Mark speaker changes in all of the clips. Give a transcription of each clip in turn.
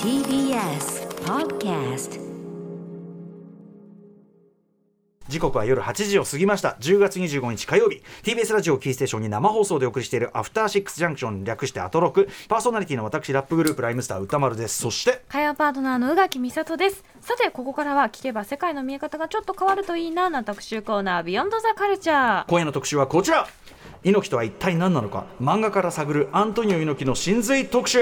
Speaker 1: TBS Podcast
Speaker 2: 時刻は夜8時を過ぎました10月25日火曜日 TBS ラジオキーステーションに生放送でお送りしているアフターシックスジャンクション略してアトロクパーソナリティの私ラップグループライムスター歌丸ですそして
Speaker 3: 火曜パートナーの宇垣美里ですさてここからは聞けば世界の見え方がちょっと変わるといいなな特集コーナービヨンドザカルチャー
Speaker 2: 今夜の特集はこちら猪木とは一体何なのか漫画から探るアントニオ猪木の真髄特集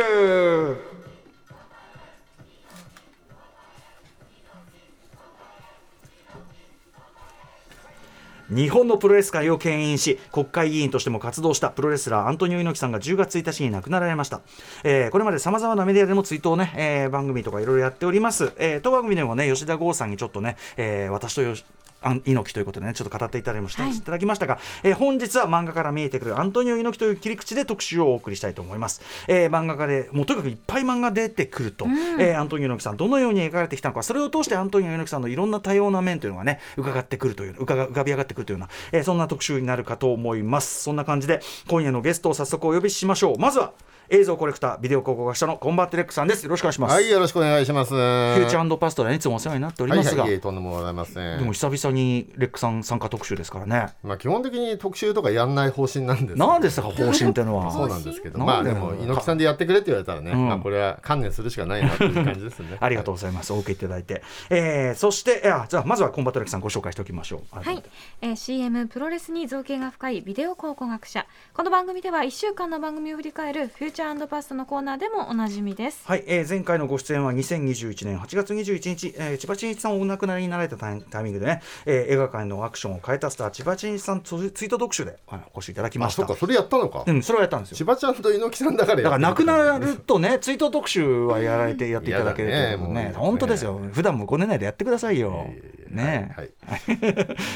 Speaker 2: 日本のプロレス界を牽引し国会議員としても活動したプロレスラーアントニオ猪木さんが10月1日に亡くなられました、えーこれまでさまざまなメディアでも追悼をね、えー番組とかいろいろやっております、えー当番組でもね吉田剛さんにちょっとね、えー私とよしあん猪木ということでねちょっと語っていただきました、い、ただきましたが、えー本日は漫画から見えてくるアントニオ猪木という切り口で特集をお送りしたいと思います、えー漫画家でもうとにかくいっぱい漫画出てくると、えーアントニオ猪木さんどのように描かれてきたのかそれを通してアントニオ猪木さんのいろんな多様な面というのがね伺ってくるといううかが浮かび上がってくるというような、えーそんな特集になるかと思いますそんな感じで今夜のゲストを早速お呼びしましょうまずは映像コレクタービデオ考古学者のコンバットレックさんですよろしくお願いします、
Speaker 4: はい、
Speaker 2: フ
Speaker 4: よろしくお願いします。フ
Speaker 2: ューチャーパストでねいつもお世話になっておりますが、
Speaker 4: はいはい、とんでもございません。
Speaker 2: でも久々にレックさん参加特集ですからね。
Speaker 4: まあ、基本的に特集とかやんない方針なんです。
Speaker 2: なんですか方針ってのは。
Speaker 4: そうなんですけど、
Speaker 2: なん
Speaker 4: まあ、
Speaker 2: で
Speaker 4: で
Speaker 2: なの
Speaker 4: も、猪木さんでやってくれって言われたらね、
Speaker 2: ん。
Speaker 4: まあ、これは観念するしかないなっていう感じですね
Speaker 2: ありがとうございます。お受けいただいて、えー、そしてあじゃあまずはコンバットレックさんご紹介しておきましょう。
Speaker 3: はい、えー CM プロレスに造形が深いビデオ考古学者この番組では1週間の番組を振り返るフューチャーパストのコーナーでもおなじみです
Speaker 2: はい、えー前回のご出演は2021年8月21日、えー千葉真一さんをお亡くなりになられたタイタイミングでね、えー映画界のアクションを変えたスター千葉真一さんツイツイート特集であのお越しいただきま
Speaker 4: あ、
Speaker 2: し
Speaker 4: そ
Speaker 2: た
Speaker 4: っか、。それやったのか。
Speaker 2: うん、それをやったんですよ
Speaker 4: 千。葉ちゃんと猪木さんだから
Speaker 2: だ
Speaker 4: や
Speaker 2: か
Speaker 4: っ
Speaker 2: ら
Speaker 4: て
Speaker 2: なく
Speaker 4: る
Speaker 2: なるとね、追悼特集はやられてやっていただけるけども
Speaker 4: い
Speaker 2: ね
Speaker 4: やだね、もう
Speaker 2: 本当ですよ、普段もごねないでやってくださいよ
Speaker 4: いやいや。いや
Speaker 2: ね
Speaker 4: はい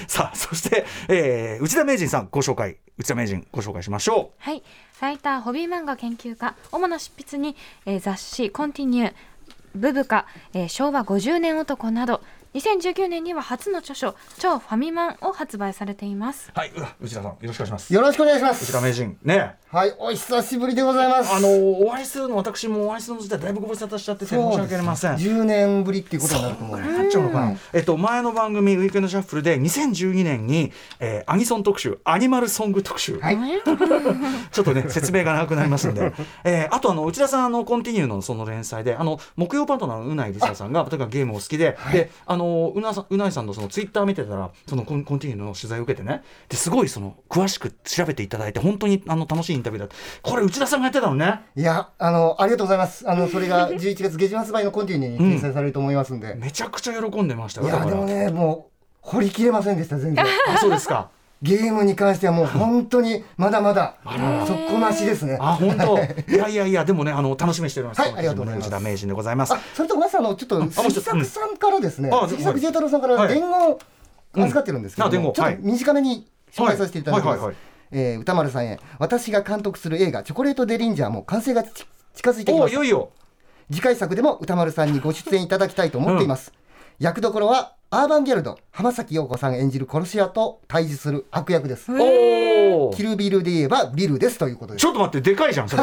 Speaker 2: さあ、そして、えー内田名人さん、ご紹介、内田名人、ご紹介しましょう。
Speaker 3: はいライターホビー漫画研究家主な執筆に、えー雑誌「コンティニュー」「ブブカ」えー昭和50年男」など2019年には初の著書「超ファミマン」を発売されています
Speaker 2: はい、うわ内田さん、よろしくお願いします。
Speaker 5: よろしくお願いします
Speaker 2: 内田。名人、ね、
Speaker 5: はい、お久しぶりでございます。
Speaker 2: あの、お会いするの、私もお会いするの時代、だいぶご無沙汰しちゃってて、申し訳ありません。
Speaker 5: 10年ぶりっていうことになると思う。
Speaker 2: なっちゃうのかな、えっと、前の番組「ウィークエンドシャッフル」で2012年に、えーアニソン特集アニマルソング特集、
Speaker 5: はい
Speaker 2: ちょっとね説明が長くなりますんで、 えーあとあの内田さんあのコンティニューのその連載であの木曜パートナーのうないりささんがとにかくゲームを好きで、であのうなさんうないさんのそのツイッター見てたらそのコンコンティニューの取材を受けてねですごいその詳しく調べていただいて本当にあの楽しいインタビューだったこれ内田さんがやってたのね
Speaker 5: いや、あの、ありがとうございます。あの、それが11 月下旬発売のコンティニューに掲載されると思いますんで。
Speaker 2: めちゃくちゃ喜んでましたよ
Speaker 5: い
Speaker 2: だ
Speaker 5: や、
Speaker 2: か
Speaker 5: で
Speaker 2: ら、
Speaker 5: もね、もう、掘り切れませんでした、全 然。
Speaker 2: あそうです か
Speaker 5: ゲームに関してはもう本当に、まだまだ、速攻なしですね。
Speaker 2: あ、本当。いやいやいや、でもね、あの、楽しみにしております。
Speaker 5: はいありがとうございます
Speaker 2: 内田名人でございます
Speaker 5: あ。それとごめんなさい、あの、ちょっと、
Speaker 2: もうちょ
Speaker 5: 杉
Speaker 2: っとうん
Speaker 5: 作さんからですね
Speaker 2: あはい、
Speaker 5: 杉作慈太郎さんから
Speaker 2: はい
Speaker 5: 伝言を預かってるんですけど
Speaker 2: うんあ伝言
Speaker 5: も、ちょっ
Speaker 2: はい
Speaker 5: と短めに紹介させていただ
Speaker 2: はい
Speaker 5: きま
Speaker 2: はいはいは
Speaker 5: す
Speaker 2: い。
Speaker 5: えー歌丸さんへ、私が監督する映画、チョコレート・デリンジャーも完成がち近づいてき
Speaker 2: お
Speaker 5: ま
Speaker 2: お、
Speaker 5: し
Speaker 2: い
Speaker 5: た
Speaker 2: よ。いよ。
Speaker 5: 次回作でも歌丸さんにご出演いただきたいと思っています、役どころはアーバンギャルド浜崎陽子さん演じる殺し屋と対峙する悪役です
Speaker 2: おお。
Speaker 5: キルビルで言えばビルですということで
Speaker 2: ち
Speaker 5: す
Speaker 2: ょっと待って、でかいじゃん、それ。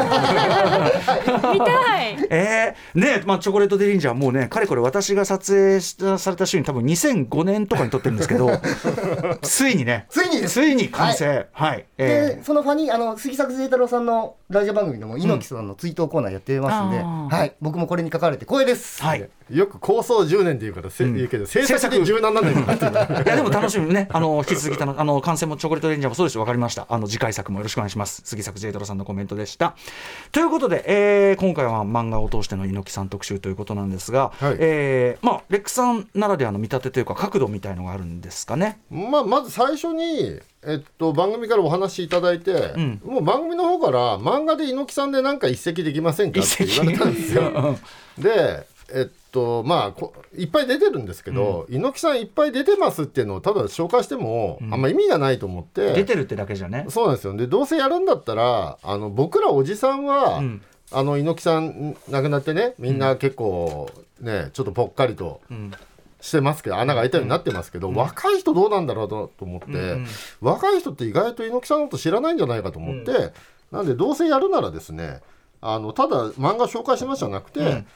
Speaker 3: 見たい
Speaker 2: えー、ねまあ、チョコレートデリンジャーもうね、かれこれ私が撮影したされた週に多分2005年とかに撮ってるんですけど、 ついにね、
Speaker 5: ついにです
Speaker 2: ついに完成。はい。え
Speaker 5: でそのファニーあの杉作清太郎さんのラジオ番組でも猪木さんの追悼コーナーやってますんで、
Speaker 2: うんあー
Speaker 5: はい、僕もこれに関われて光栄です、
Speaker 2: ー、はい。
Speaker 4: よく構想10年で言うから、せ言うけど、制作で柔軟なんだよなっていうのは。
Speaker 2: いやでも楽しみね、あの引き続きたのあの感染もチョコレートレンジャーもそうですし、わかりました。あの次回作もよろしくお願いします。杉作 J 太郎さんのコメントでした。ということで、えー今回は漫画を通しての猪木さん特集ということなんですが、
Speaker 4: はい
Speaker 2: えーまあレックさんならではの見立てというか角度みたいのがあるんですかね。
Speaker 4: まあ、まず最初に、えっと、番組からお話しいただいて、
Speaker 2: ん
Speaker 4: もう番組の方から漫画で猪木さんでなんか一席できませんかって言われたんですよ。でえっとまあこいっぱい出てるんですけど、猪木さんいっぱい出てますっていうのをただ紹介しても、あんま意味がないと思って
Speaker 2: 出てるってだけじゃね。
Speaker 4: そうなんですよでどうせやるんだったらあの僕らおじさんは、
Speaker 2: ん
Speaker 4: あの猪木さん亡くなってねみんな結構ねちょっとぽっかりと。
Speaker 2: ん
Speaker 4: してますけど穴が開いたようになってますけど、若い人どうなんだろうとと思って、若い人って意外と猪木さんのこと知らないんじゃないかと思って、なんでどうせやるならですねあのただ漫画紹介しますじゃなくて、
Speaker 2: うん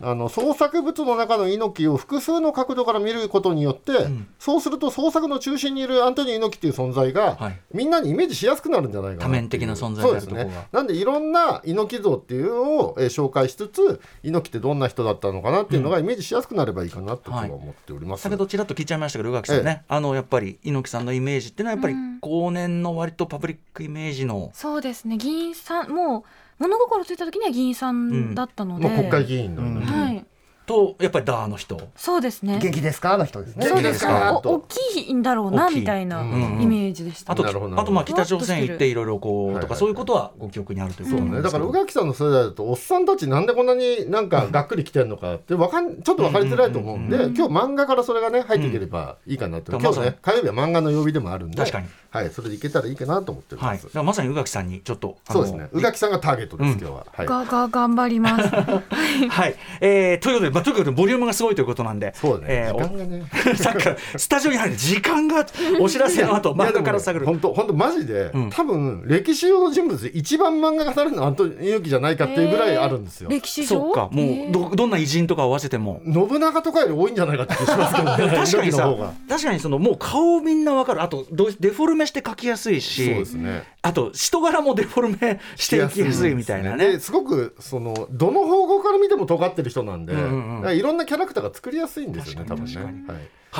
Speaker 4: あの創作物の中の猪木を複数の角度から見ることによって、そうすると創作の中心にいるアントニー猪木っていう存在が、
Speaker 2: はい
Speaker 4: みんなにイメージしやすくなるんじゃないかなっていう
Speaker 2: 多面的な存在であ
Speaker 4: そうで
Speaker 2: る
Speaker 4: す
Speaker 2: とこが
Speaker 4: ねなんでいろんな猪木像っていうのを、えー紹介しつつ猪木ってどんな人だったのかなっていうのがイメージしやすくなればいいかなと僕は思っております、
Speaker 2: 先ほどちらっと聞いちゃいましたけど宇垣さんね、あのやっぱり猪木さんのイメージっていうのはやっぱり
Speaker 3: うん
Speaker 2: 後年の割とパブリックイメージの、
Speaker 3: そうですね議員さんもう物心ついた時には議員さんだったので、
Speaker 4: もう国会議員の、
Speaker 5: うん
Speaker 3: はい
Speaker 2: とやっぱりダーの人、
Speaker 3: そうですね
Speaker 5: 元気ですかあの人ですね。
Speaker 3: そう
Speaker 2: 元気
Speaker 3: で
Speaker 2: ですす
Speaker 3: ね
Speaker 2: か
Speaker 3: お大きいんだろうな
Speaker 2: 大きい
Speaker 3: みたいな
Speaker 4: うん
Speaker 3: イメージでした、
Speaker 2: あと
Speaker 4: なるほど
Speaker 2: あとまあ
Speaker 3: なるほど
Speaker 2: 北朝鮮行っていろいろこうとか
Speaker 4: はいはいはい
Speaker 2: そういうことはご記憶にあるというこ
Speaker 4: そ
Speaker 2: と
Speaker 4: う
Speaker 2: なん
Speaker 4: ね、
Speaker 2: で
Speaker 4: だ
Speaker 2: す
Speaker 4: か
Speaker 2: け
Speaker 4: ら宇
Speaker 2: ど。
Speaker 4: 垣さんの世代だとおっさんたちなんでこんなになんかがっくりきてるのかってわかんちょっと分かりづらいと思うんで、
Speaker 2: うん
Speaker 3: うん
Speaker 4: 今日漫画からそれがね入っていければいいかなと、
Speaker 2: うん
Speaker 4: 今日ね火曜日は漫画の曜日でもあるんで
Speaker 2: 確かに
Speaker 4: はい、それでいけたらいいかなと思っており
Speaker 2: は
Speaker 4: ま
Speaker 2: い、
Speaker 4: す、
Speaker 2: だからまさに宇垣さんにちょっとあ
Speaker 4: そ
Speaker 2: の
Speaker 4: うですね宇垣さんがターゲットです、今日は、はい、
Speaker 3: がが頑張ります
Speaker 2: はい、えー、ということで、まあ、とにかくボリュームがすごいということなんで、
Speaker 4: そうだね、
Speaker 2: えーお
Speaker 4: 時間がね
Speaker 2: さっきからスタジオに入る時間がお知らせの後、漫画から探る。
Speaker 4: 本当本当マジで、
Speaker 2: うん
Speaker 4: 多分歴史上の人物で一番漫画がされるのはアントニオ猪木じゃないかっていうぐらいあるんですよ、
Speaker 3: 歴史上
Speaker 2: そうか、もうどどんな偉人とか合わせても。
Speaker 4: 信長とかより多いんじゃないかって気がしますけど、
Speaker 2: でも
Speaker 4: ね、
Speaker 2: 確かに
Speaker 4: 猪木
Speaker 2: さ
Speaker 4: の方が、
Speaker 2: 確かにそのもう顔みんなわかる、あとどデフォルメして描きやすい
Speaker 4: そう
Speaker 2: し
Speaker 4: で、すね
Speaker 2: あと人柄もデフォルメしていきやすいみたいなね
Speaker 4: で。すごくそのどの方向から見ても尖ってる人なんで、
Speaker 2: うんうんうん
Speaker 4: だからいろんなキャラクターが作りやすいんですよね多分ね、はい、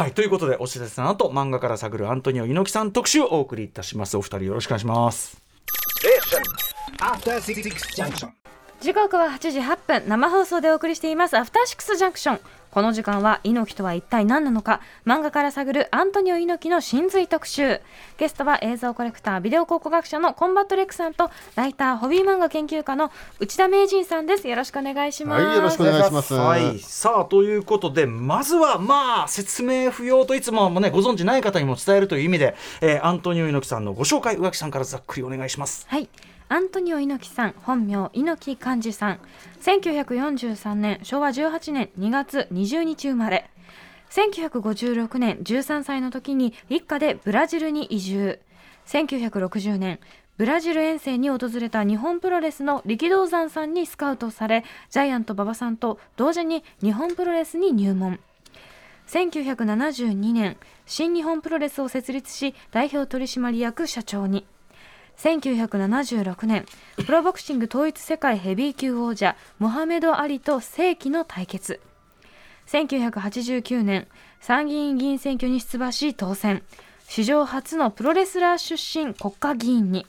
Speaker 2: はい、ということで、お知らせの後、漫画から探るアントニオ猪木さん特集をお送りいたします。お二人よろしくお願いします。
Speaker 6: After Six Junction.
Speaker 3: 時刻は8時8分生放送でお送りしていますアフターシックスジャンクションこの時間は猪木とは一体何なのか漫画から探るアントニオ猪木の真髄特集ゲストは映像コレクタービデオ考古学者のコンバットレックさんとライターホビー漫画研究家の内田名人さんですよろしくお願いします、
Speaker 4: はいよろしくお願いします
Speaker 2: はい、さあということでまずはまあ説明不要といつもはねご存知ない方にも伝えるという意味で、えーアントニオ猪木さんのご紹介宇垣さんからざっくりお願いします。
Speaker 3: はい。アントニオ猪木さん、本名猪木寛治さん。1943年、昭和18年2月20日生まれ。1956年、13歳の時に一家でブラジルに移住。1960年、ブラジル遠征に訪れた日本プロレスの力道山さんにスカウトされ、ジャイアント馬場さんと同時に日本プロレスに入門。1972年、新日本プロレスを設立し、代表取締役社長に。1976年プロボクシング統一世界ヘビー級王者モハメド・アリと世紀の対決1989年参議院議員選挙に出馬し当選史上初のプロレスラー出身国家議員に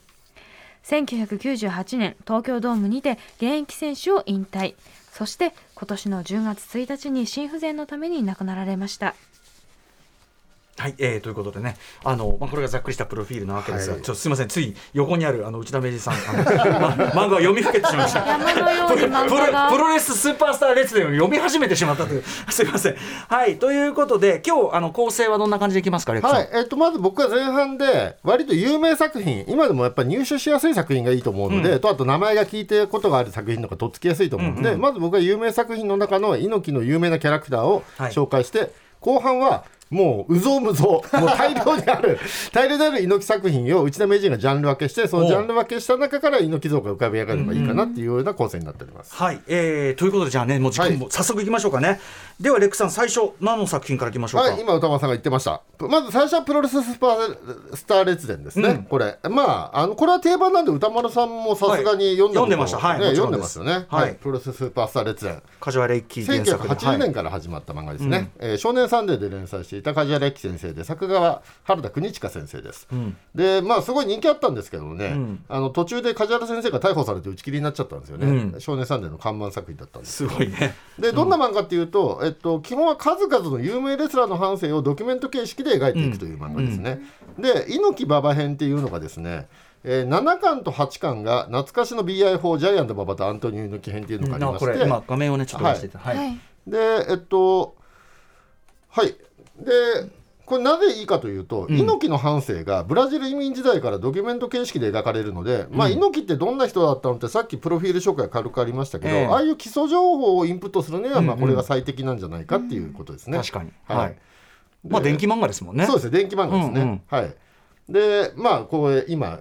Speaker 3: 1998年東京ドームにて現役選手を引退そして今年の10月1日に心不全のために亡くなられました
Speaker 2: はい、えー、ということでねあの、まあ、これがざっくりしたプロフィールなわけですが、
Speaker 4: はい
Speaker 2: ちょっとすみませんつい横にあるあの内田明治さんあの ま漫画を読みふけてしまいました。
Speaker 3: 山のように漫
Speaker 2: プロ
Speaker 3: 画が
Speaker 2: プロレススーパースター列伝を読み始めてしまったという すいません。はいということで今日あの構成はどんな感じでいきますかレックさん
Speaker 4: はい、えっとまず僕は前半で割と有名作品今でもやっぱ入手しやすい作品がいいと思うので、とあと名前が聞いてることがある作品とかとっつきやすいと思うんで、まず僕は有名作品の中の猪木の有名なキャラクターを
Speaker 2: はい
Speaker 4: 紹介して、後半はもううぞうむぞ うもう大量にある大量にある猪木作品を内田名人がジャンル分けしてそのジャンル分けした中から猪木像が浮かび上がればいいかなっていうような構成になっております。
Speaker 2: はい、えー、ということでじゃあねもう時間も、
Speaker 4: はい
Speaker 2: 早速いきましょうかねではレックさん最初何の作品からいきましょうか、
Speaker 4: はい、今歌丸さんが言ってましたまず最初はプロレススーパースター列伝ですね、
Speaker 2: うん
Speaker 4: これまああのこれは定番なんで歌丸さんもさすがに読んだ
Speaker 2: は
Speaker 4: こと
Speaker 2: い読んでましたはい
Speaker 4: ね
Speaker 2: もちろ
Speaker 4: 読
Speaker 2: ん
Speaker 4: ん
Speaker 2: で
Speaker 4: ですますよね、
Speaker 2: はい
Speaker 4: はいプロレススーパースター列伝
Speaker 2: カジュアレイキー原作で
Speaker 4: 1980年から始まった漫画ですね、えー少年サンデーで連載していた梶原駅先生で作画は原田邦親先生です、でまあすごい人気あったんですけどね、あの途中で梶原先生が逮捕されて打ち切りになっちゃったんですよね、
Speaker 2: う
Speaker 4: 少年サンデーの看板作品だったんです
Speaker 2: すごいね
Speaker 4: でどんな漫画っていうと、えっと、基本は数々の有名レスラーの半生をドキュメント形式で描いていくという漫画ですね。で猪木馬場編っていうのがですね、えー7巻と8巻が懐かしの BI4 ジャイアント馬場とアントニオ猪木編っていうのがあり
Speaker 2: な
Speaker 4: ま
Speaker 2: こ
Speaker 4: し
Speaker 2: れ
Speaker 4: て、
Speaker 2: 今画面をねちょっと出しててはい、
Speaker 3: はい
Speaker 4: でえっとはいでこれなぜいいかというと、猪木の半生がブラジル移民時代からドキュメント形式で描かれるので、まあ、猪木ってどんな人だったのってさっきプロフィール紹介軽くありましたけど、
Speaker 2: ええ
Speaker 4: ああいう基礎情報をインプットするには、まあ、これが最適なんじゃないかっていうことですね。
Speaker 2: 確かにはい、
Speaker 4: はい
Speaker 2: まあ電気漫画ですもんね
Speaker 4: そうですね電気漫画ですね。
Speaker 2: うんうん
Speaker 4: はいでまあこれ今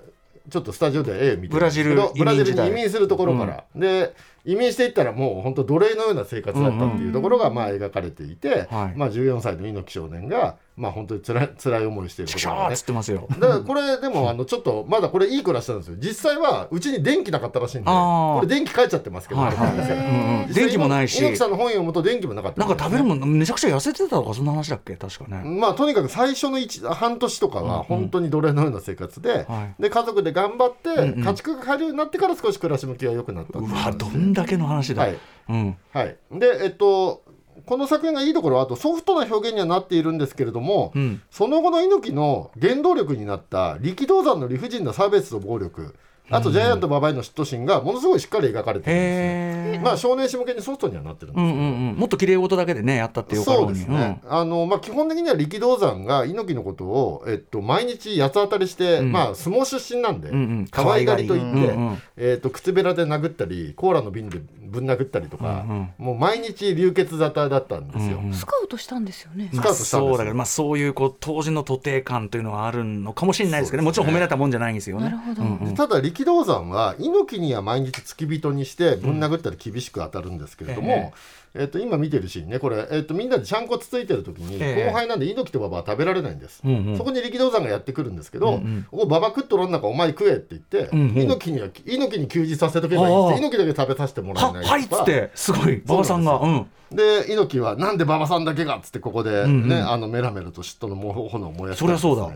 Speaker 4: ちょっとスタジオでは絵を見て
Speaker 2: ブラジル
Speaker 4: るんですけ
Speaker 2: 移
Speaker 4: どブラ
Speaker 2: 民
Speaker 4: ジ
Speaker 2: 時代
Speaker 4: ルに移民するところから、で移民していったらもう本当奴隷のような生活だったっていうところがまあ描かれていて、
Speaker 2: はい
Speaker 4: まあ、14歳の猪木少年がまあ本当に辛い辛い思いをしている
Speaker 2: チクシ
Speaker 4: ところ
Speaker 2: ョ
Speaker 4: が
Speaker 2: ーっ
Speaker 4: ね
Speaker 2: つってますよ。
Speaker 4: だからこれでもあのちょっとまだこれいい暮らしなんですよ実際はうちに電気なかったらしいんで
Speaker 2: あー
Speaker 4: これ電気帰っちゃってますけど、
Speaker 2: はいはい
Speaker 4: ですよ
Speaker 2: うんうん電気もないし
Speaker 4: 猪木さんの本読むと電気もなかった
Speaker 2: なんか食べる
Speaker 4: も
Speaker 2: もんめちゃくちゃ痩せてたとかそんな話だっけ確かね。
Speaker 4: まあとにかく最初の一半年とか
Speaker 2: うんうん
Speaker 4: は本当に奴隷のような生活で、
Speaker 2: はい
Speaker 4: で家族で頑張って、
Speaker 2: うんうん
Speaker 4: 家畜が買えるようになってから少し暮らし向きが良くなったっていうう
Speaker 2: わどんだけの話だ。
Speaker 4: はい
Speaker 2: うん。
Speaker 4: はい、でえっとこの作品がいいところはあとソフトな表現にはなっているんですけれども、
Speaker 2: うん
Speaker 4: その後の猪木の原動力になった力道山の理不尽な差別と暴力あとジャイアント馬場への嫉妬心がものすごいしっかり描かれてるんですね
Speaker 2: へえ。
Speaker 4: まあ少年誌向けにソフトにはなってるんで
Speaker 2: うん
Speaker 4: すけ
Speaker 2: う
Speaker 4: ど、
Speaker 2: んうん。もっと綺麗事だけでねやったっていうか
Speaker 4: そ
Speaker 2: ろ
Speaker 4: う
Speaker 2: に
Speaker 4: ですね、あのまあ、基本的には力道山が猪木のことを、えっと、毎日八つ当たりして、
Speaker 2: うん
Speaker 4: まあ、相撲出身なんで、
Speaker 2: うんうん
Speaker 4: 可愛がりと言って、
Speaker 2: うんうん
Speaker 4: えっと、靴べらで殴ったりコーラの瓶でぶん殴ったりとか、
Speaker 2: うんうん
Speaker 4: もう毎日流血沙汰だったんですよ。
Speaker 2: うんうん
Speaker 3: スカウトしたんですよね。
Speaker 4: ス
Speaker 2: ま
Speaker 4: カ
Speaker 2: あ
Speaker 4: ウトしたんです
Speaker 2: そ
Speaker 4: よ
Speaker 2: うだけど、まあ、そういうこう当時の徒弟感というのはあるのかもしれないですけどね、もちろん褒められたもんじゃないんですよね。
Speaker 3: なるほど
Speaker 2: うんうん
Speaker 4: でただ力道山は猪木には毎日付き人にしてぶん殴ったり厳しく当たるんですけれども、
Speaker 2: え
Speaker 4: えっと、今見てるシーンねこれ、えっと、みんなでちゃんこつついてる時に、
Speaker 2: ええ
Speaker 4: 後輩なんで猪木と馬場は食べられないんです、
Speaker 2: うんうん
Speaker 4: そこに力道山がやってくるんですけど
Speaker 2: うんう
Speaker 4: 「
Speaker 2: ん
Speaker 4: お馬場食っとらん中お前食え」って言って、
Speaker 2: うんうん
Speaker 4: 猪木には猪木に給仕させとけばいいんです
Speaker 2: あ
Speaker 4: 猪木だけ食べさせてもら
Speaker 2: は
Speaker 4: えない
Speaker 2: はいっつって、すごい、馬場さんが、、
Speaker 4: そううんで猪木は「なんで馬場さんだけが」っつってここでね、
Speaker 2: んうん
Speaker 4: あのメラメラと嫉妬の炎を燃やして
Speaker 2: そりゃそうだ、
Speaker 4: はい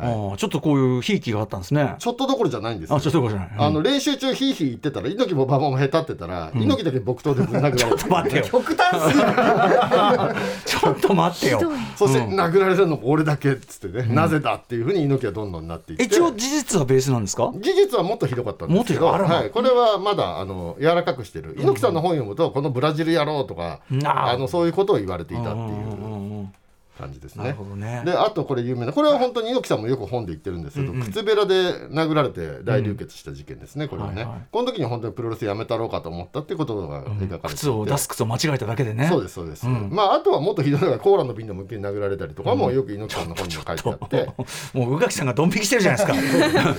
Speaker 2: ああちょっとこういうひいきがあったんですね。
Speaker 4: ちょっとどころじゃないんですよ
Speaker 2: あ、ちょっとこうじゃない。うん
Speaker 4: あの練習中ヒーヒー言ってたら猪木も馬場も下手ってたら、猪木だけ木刀でぶん殴られて
Speaker 2: 待ってよ、
Speaker 5: 極端すぎる
Speaker 2: ちょっと待ってよ
Speaker 3: ひ。どい。
Speaker 4: そして
Speaker 2: うん
Speaker 4: 殴られるのも俺だけっつってね、なぜだっていうふうに猪木はどんどんなっていって
Speaker 2: 一応事実はベースなんですか？
Speaker 4: 事実はもっとひどかったんですけど、
Speaker 2: もっとひどいあらま
Speaker 4: はい、これはまだあの柔らかくしてる、猪木さんの本読むとこのブラジル野郎とか、
Speaker 2: あー
Speaker 4: あのそういうことを言われていたって
Speaker 2: うんうんう
Speaker 4: いうん
Speaker 2: うん
Speaker 4: 感じです
Speaker 2: なる
Speaker 4: ね
Speaker 2: ほ。どね。
Speaker 4: であとこれ有名なこれは本当に猪木さんもよく本で言ってるんですけど、靴べらで殴られて大流血した事件ですね、これはね、
Speaker 2: はいはい
Speaker 4: この時に本当にプロレスやめたろうかと思ったってことが描かれていて、
Speaker 2: 靴を出す靴を間違えただけでね。
Speaker 4: そうですそうです、
Speaker 2: うん
Speaker 4: まああとはもっとひどいのがコーラの瓶の向きに殴られたりとかもよく猪木さんの本にも書いてあって、
Speaker 2: もう宇垣さんがドン引きしてるじゃないですか。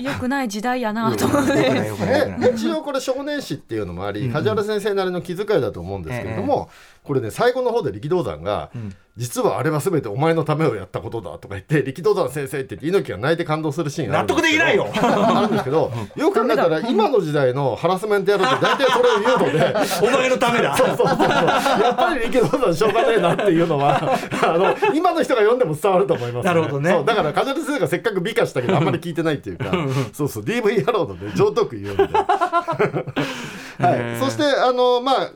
Speaker 3: 良くない時代やなと思っ
Speaker 2: よく
Speaker 3: て。
Speaker 2: ないよくないよくない
Speaker 4: で一応これ少年誌っていうのもあり、梶原先生なりの気遣いだと思うんですけれども、これね最後の方で力道山が、実はあれは全てお前のためをやったことだ」とか言って力道山先生って言って猪木が泣いて感動するシーンがあ
Speaker 2: 納
Speaker 4: るん
Speaker 2: 得
Speaker 4: です
Speaker 2: でき
Speaker 4: けど
Speaker 2: ないよ。
Speaker 4: あるんですけどよく考えたら今の時代のハラスメントやるって大体それを言うので。
Speaker 2: お前のためだ。
Speaker 4: そうそうそうやっぱり池田さんしょうがねえなっていうのはあの今の人が読んでも伝わると思います、
Speaker 2: なるほどね
Speaker 4: そうだから梶原先生がせっかく美化したけどあんまり聞いてないっていうかそうそう DV 野郎のね上等句 言うので、はい、そしてあのまあ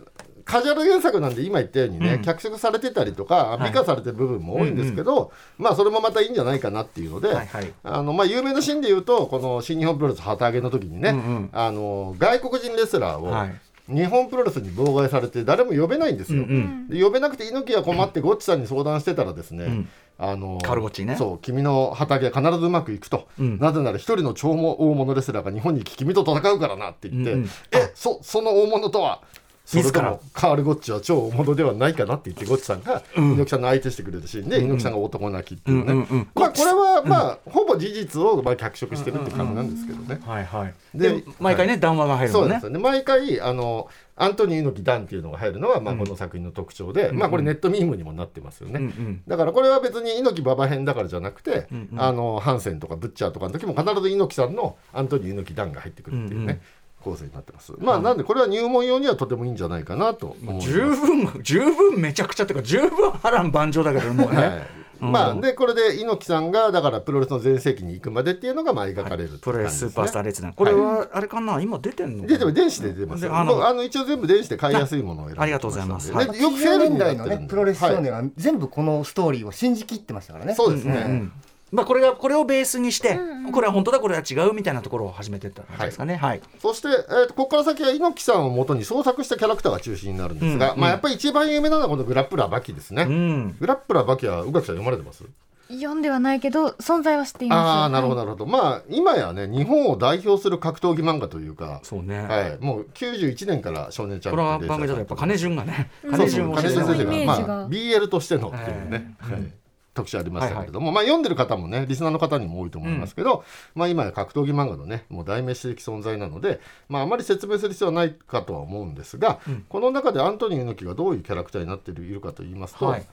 Speaker 4: カジュアル原作なんで今言ったようにね、脚色されてたりとか美化されてる部分も多いんですけど、まあそれもまたいいんじゃないかなっていうので、
Speaker 2: はいはい
Speaker 4: あのまあ、有名なシーンで言うとこの新日本プロレス旗揚げの時にね、
Speaker 2: んうん
Speaker 4: あの外国人レスラーを、
Speaker 2: はい
Speaker 4: 日本プロレスに妨害されて誰も呼べないんですよ、で呼べなくて猪木が困ってゴッチさんに相談してたらですね、
Speaker 2: ん
Speaker 4: あの
Speaker 2: カルゴッチね
Speaker 4: そう君の畑は必ずうまくいくと、
Speaker 2: ん
Speaker 4: なぜなら一人の超大物レスラーが日本に来君と戦うからなって言って、
Speaker 2: うんうん
Speaker 4: えそその大物とはそれ
Speaker 2: 自
Speaker 4: と
Speaker 2: ら
Speaker 4: もカール・ゴッチは超大物ではないかなって言ってゴッチさんが猪木さんの相手してくれるシーンで、猪木さんが男泣きってい
Speaker 2: う
Speaker 4: うね、
Speaker 2: んうんうん
Speaker 4: まあ、これはまあ、ほぼ事実をまあ脚色してるって感じなんですけどね。
Speaker 2: はいはい。
Speaker 4: で
Speaker 2: で毎回ね談話が入る
Speaker 4: そ
Speaker 2: の
Speaker 4: うなん
Speaker 2: ね
Speaker 4: です。よね毎回あのアントニー猪木ダンっていうのが入るのは、まあ、この作品の特徴で、まあ、これネットミームにもなってますよね、
Speaker 2: うんうん
Speaker 4: だからこれは別に猪木馬場編だからじゃなくて、
Speaker 2: んうん
Speaker 4: あのハンセンとかブッチャーとかの時も必ず猪木さんのアントニー猪木ダンが入ってくるっていうね、
Speaker 2: うんうん
Speaker 4: 構成になってますまあなんでこれは入門用にはとてもいいんじゃないかなと思います
Speaker 2: 十分十分めちゃくちゃっていうか十分波乱万丈だけどもう
Speaker 4: は
Speaker 2: ね
Speaker 4: い。まあ、でこれで猪木さんがだからプロレスの全盛期に行くまでっていうのがまあ描かれるっていう
Speaker 2: プロレススーパ
Speaker 4: 感じですね
Speaker 2: ースター列伝これはあれかな今出てんの
Speaker 4: 出ても電子で出ます
Speaker 2: で
Speaker 4: よ
Speaker 2: あの
Speaker 4: 僕あの一応全部電子で買いやすいものを選んで
Speaker 2: ありがとうございます
Speaker 4: きたんで
Speaker 2: は
Speaker 4: でよくセールに
Speaker 5: 90年
Speaker 4: なってる
Speaker 5: 代の
Speaker 4: んで
Speaker 5: ねプロレス少
Speaker 4: はい
Speaker 5: 年は全部このストーリーを信じきってましたからね
Speaker 4: そうですね、
Speaker 2: うんまあ、これがこれをベースにして、これは本当だこれは違うみたいなところを始めてったんですかねはい、
Speaker 4: そして、えー、とここから先は猪木さんをもとに創作したキャラクターが中心になるんですが、
Speaker 2: うん
Speaker 4: まあ、やっぱり一番有名なのはこのグラップラーバキですね、
Speaker 2: うん
Speaker 4: グラップラーバキは宇垣さん読まれてます
Speaker 3: 読んではないけど存在は知っています。
Speaker 4: ああなるほどなるほど、まあ今やね日本を代表する格闘技漫画というか
Speaker 2: そうね、
Speaker 4: はい、もう91年から少年チャン
Speaker 2: こ
Speaker 4: ピ
Speaker 2: れ
Speaker 4: オ
Speaker 2: は
Speaker 4: ン
Speaker 2: 番組
Speaker 4: 連載
Speaker 2: だとやっぱ金順がね
Speaker 4: そう
Speaker 2: 金
Speaker 4: そ
Speaker 2: 順
Speaker 4: う
Speaker 2: を
Speaker 4: 金
Speaker 2: 教え
Speaker 4: 井
Speaker 2: て
Speaker 4: 先
Speaker 2: もら
Speaker 4: 生
Speaker 2: う
Speaker 4: が、
Speaker 3: イメージが
Speaker 4: まあ、BL としてのっていうね、はい特集ありましたけれども、まあ、読んでる方もねリスナーの方にも多いと思いますけど、まあ、今や格闘技漫画のねもう代名詞的存在なので、まあ、あまり説明する必要はないかとは思うんですが、この中でアントニー猪木がどういうキャラクターになっているかと言いますと、
Speaker 2: はい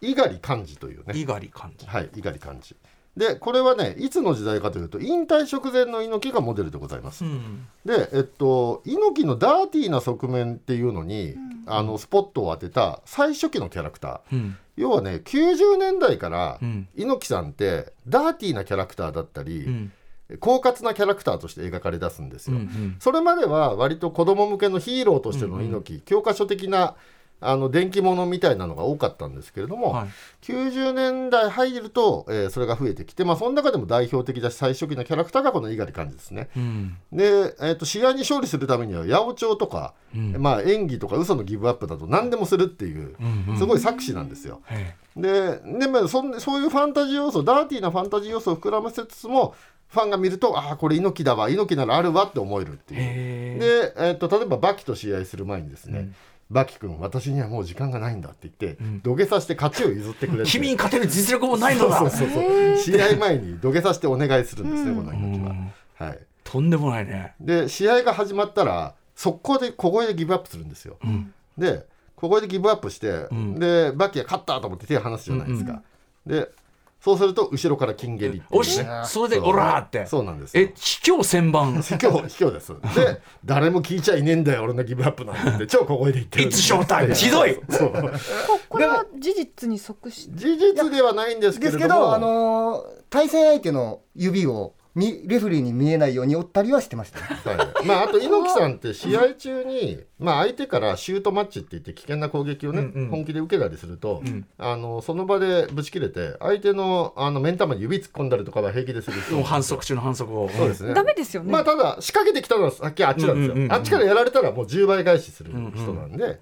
Speaker 4: 猪狩寛治というね
Speaker 2: 猪狩感じ。
Speaker 4: はい、猪狩寛治。で、これはね、いつの時代かというと、引退直前の猪木がモデルでございます。
Speaker 2: うん。
Speaker 4: で、えっと、猪木のダーティーな側面っていうのに、あのスポットを当てた最初期のキャラクター。
Speaker 2: うん。
Speaker 4: 要はね、90年代から、
Speaker 2: うん
Speaker 4: 猪木さんってダーティーなキャラクターだったり、
Speaker 2: うん。
Speaker 4: 狡猾なキャラクターとして描かれ出すんです
Speaker 2: う
Speaker 4: よ。
Speaker 2: ん。
Speaker 4: それまでは割と子供向けのヒーローとしての猪木、教科書的なあの電気物みたいなのが多かったんですけれども、
Speaker 2: はい
Speaker 4: 90年代入ると、えーそれが増えてきて、まあ、その中でも代表的だし最初期のキャラクターがこの猪狩感じですね。
Speaker 2: うん。
Speaker 4: で、えー、と試合に勝利するためには八百長とか、まあ、演技とか嘘のギブアップだと何でもするっていう、すごい作詞なんですよ。
Speaker 2: はい。
Speaker 4: ででもそんそういうファンタジー要素ダーティーなファンタジー要素を膨らませつつもファンが見るとああこれ猪木だわ猪木ならあるわって思えるっていう。
Speaker 2: へえ。
Speaker 4: で、えっと例えばバキと試合する前にですね、バキ君私にはもう時間がないんだって言って、土下座して勝ちを譲ってくれる
Speaker 2: 君に勝てる実力もないのだ
Speaker 4: そうそうそう試合前に土下座してお願いするんですね、この猪木は。はい、
Speaker 2: とんでもないね。
Speaker 4: で試合が始まったら速攻で小声でギブアップするんですよ。で小声でギブアップして、でバキが勝ったと思って手を離すじゃないですか。でそうすると後ろから金蹴りっていうね
Speaker 2: おし、それで、
Speaker 4: そう
Speaker 2: おらーって。
Speaker 4: そうなんですよ
Speaker 2: え、卑怯千 番。
Speaker 4: 卑怯卑怯です。で、誰も聞いちゃいねえんだよ、俺のギブアップなんてって、超小声で言ってるんで。
Speaker 2: It's showtime ひどい
Speaker 4: そう
Speaker 7: ここれは事実に即し
Speaker 4: 事実ではないんですけれ
Speaker 5: です
Speaker 4: ども、
Speaker 5: けど、あのー対戦相手の指をみレフェリーに見えないように折ったりはしてました。
Speaker 4: はい、まああと猪木さんって試合中に、まあ、相手からシュートマッチって言って危険な攻撃をね、
Speaker 2: うんうん
Speaker 4: 本気で受けたりすると、あのその場でぶち切れて相手のあの目ん玉に指突っ込んだりとかは平気でする
Speaker 2: もう反則中の反則を。
Speaker 4: そうですね
Speaker 7: ダメですよね
Speaker 4: まあただ仕掛けてきたのはさっきあっちなんで
Speaker 2: うんうん
Speaker 4: すよ、
Speaker 2: うんうん
Speaker 4: あっちからやられたらもう10倍返しする人なんで、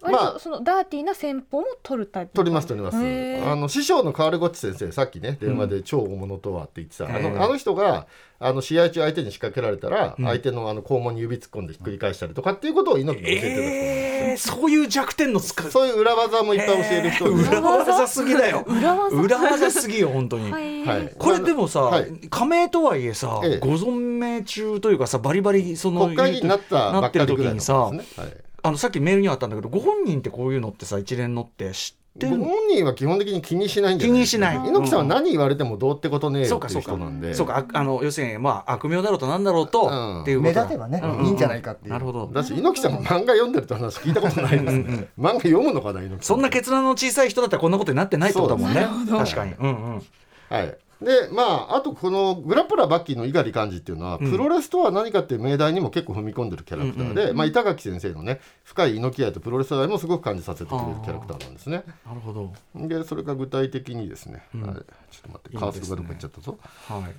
Speaker 7: 割
Speaker 4: まあ
Speaker 7: とそのダーティーな戦法も取るタイプ
Speaker 4: 取ります取ります
Speaker 7: へー
Speaker 4: あの師匠のカールゴッチ先生さっきね電話で超大物とはって言ってた、あ
Speaker 2: うん
Speaker 4: のあの人があの試合中相手に仕掛けられたら、相手のあの肛門に指突っ込んでひっくり返したりとかっていうことを猪木が教えてたと思うんですよ
Speaker 2: ええ、そういう弱点の使い。
Speaker 4: そういう裏技もいっぱい教える人です
Speaker 2: 裏技すぎだよ。
Speaker 7: 裏技
Speaker 2: 裏技すぎよ、本当に。
Speaker 7: はい
Speaker 4: はい、
Speaker 2: これでもさ、
Speaker 4: はい
Speaker 2: 加盟とはいえさ、
Speaker 4: ええ
Speaker 2: ご存命中というかさバリバリその
Speaker 4: 国会議員になったば
Speaker 2: な
Speaker 4: っ
Speaker 2: って
Speaker 4: か
Speaker 2: る
Speaker 4: り
Speaker 2: 時
Speaker 4: ぐらいの
Speaker 2: にさ、
Speaker 4: ことですねはい
Speaker 2: あのさっきメールにはあったんだけどご本人ってこういうのってさ一連のって知って
Speaker 4: で
Speaker 2: んの
Speaker 4: も本人は基本的に気にしないんじゃないですか
Speaker 2: 気にしない
Speaker 4: 猪木さんは何言われてもどうってことねえ
Speaker 2: そ
Speaker 4: よ
Speaker 2: う
Speaker 4: っ
Speaker 2: か
Speaker 4: て
Speaker 2: そ
Speaker 4: いう
Speaker 2: うか
Speaker 4: 人なんで
Speaker 2: そうかああの要するにまあ悪名だろうとなんだろうと、
Speaker 4: うん
Speaker 2: っていうこ
Speaker 5: 目
Speaker 2: とだ
Speaker 5: 立てばね、
Speaker 2: う
Speaker 5: いいんじゃないかっていう。
Speaker 2: なるほど
Speaker 4: だし猪木さんも漫画読んでるって話聞いたことないですね漫画読むのかな猪木さ
Speaker 2: そ
Speaker 4: ん
Speaker 2: んな決断の小さい人だったらこんなことになってないってことだもんね確かに、うんうん、
Speaker 4: はい、でまああとこのグラップラーバッキーの猪狩幹事っていうのは、プロレスとは何かっていう命題にも結構踏み込んでるキャラクターで、まあ、板垣先生のね深い猪木愛とプロレス愛もすごく感じさせてくれるキャラクターなんですね。
Speaker 2: なるほど
Speaker 4: でそれが具体的にですね、はい、ちょっと待ってカーソルがどっか行っちゃったぞ。
Speaker 2: は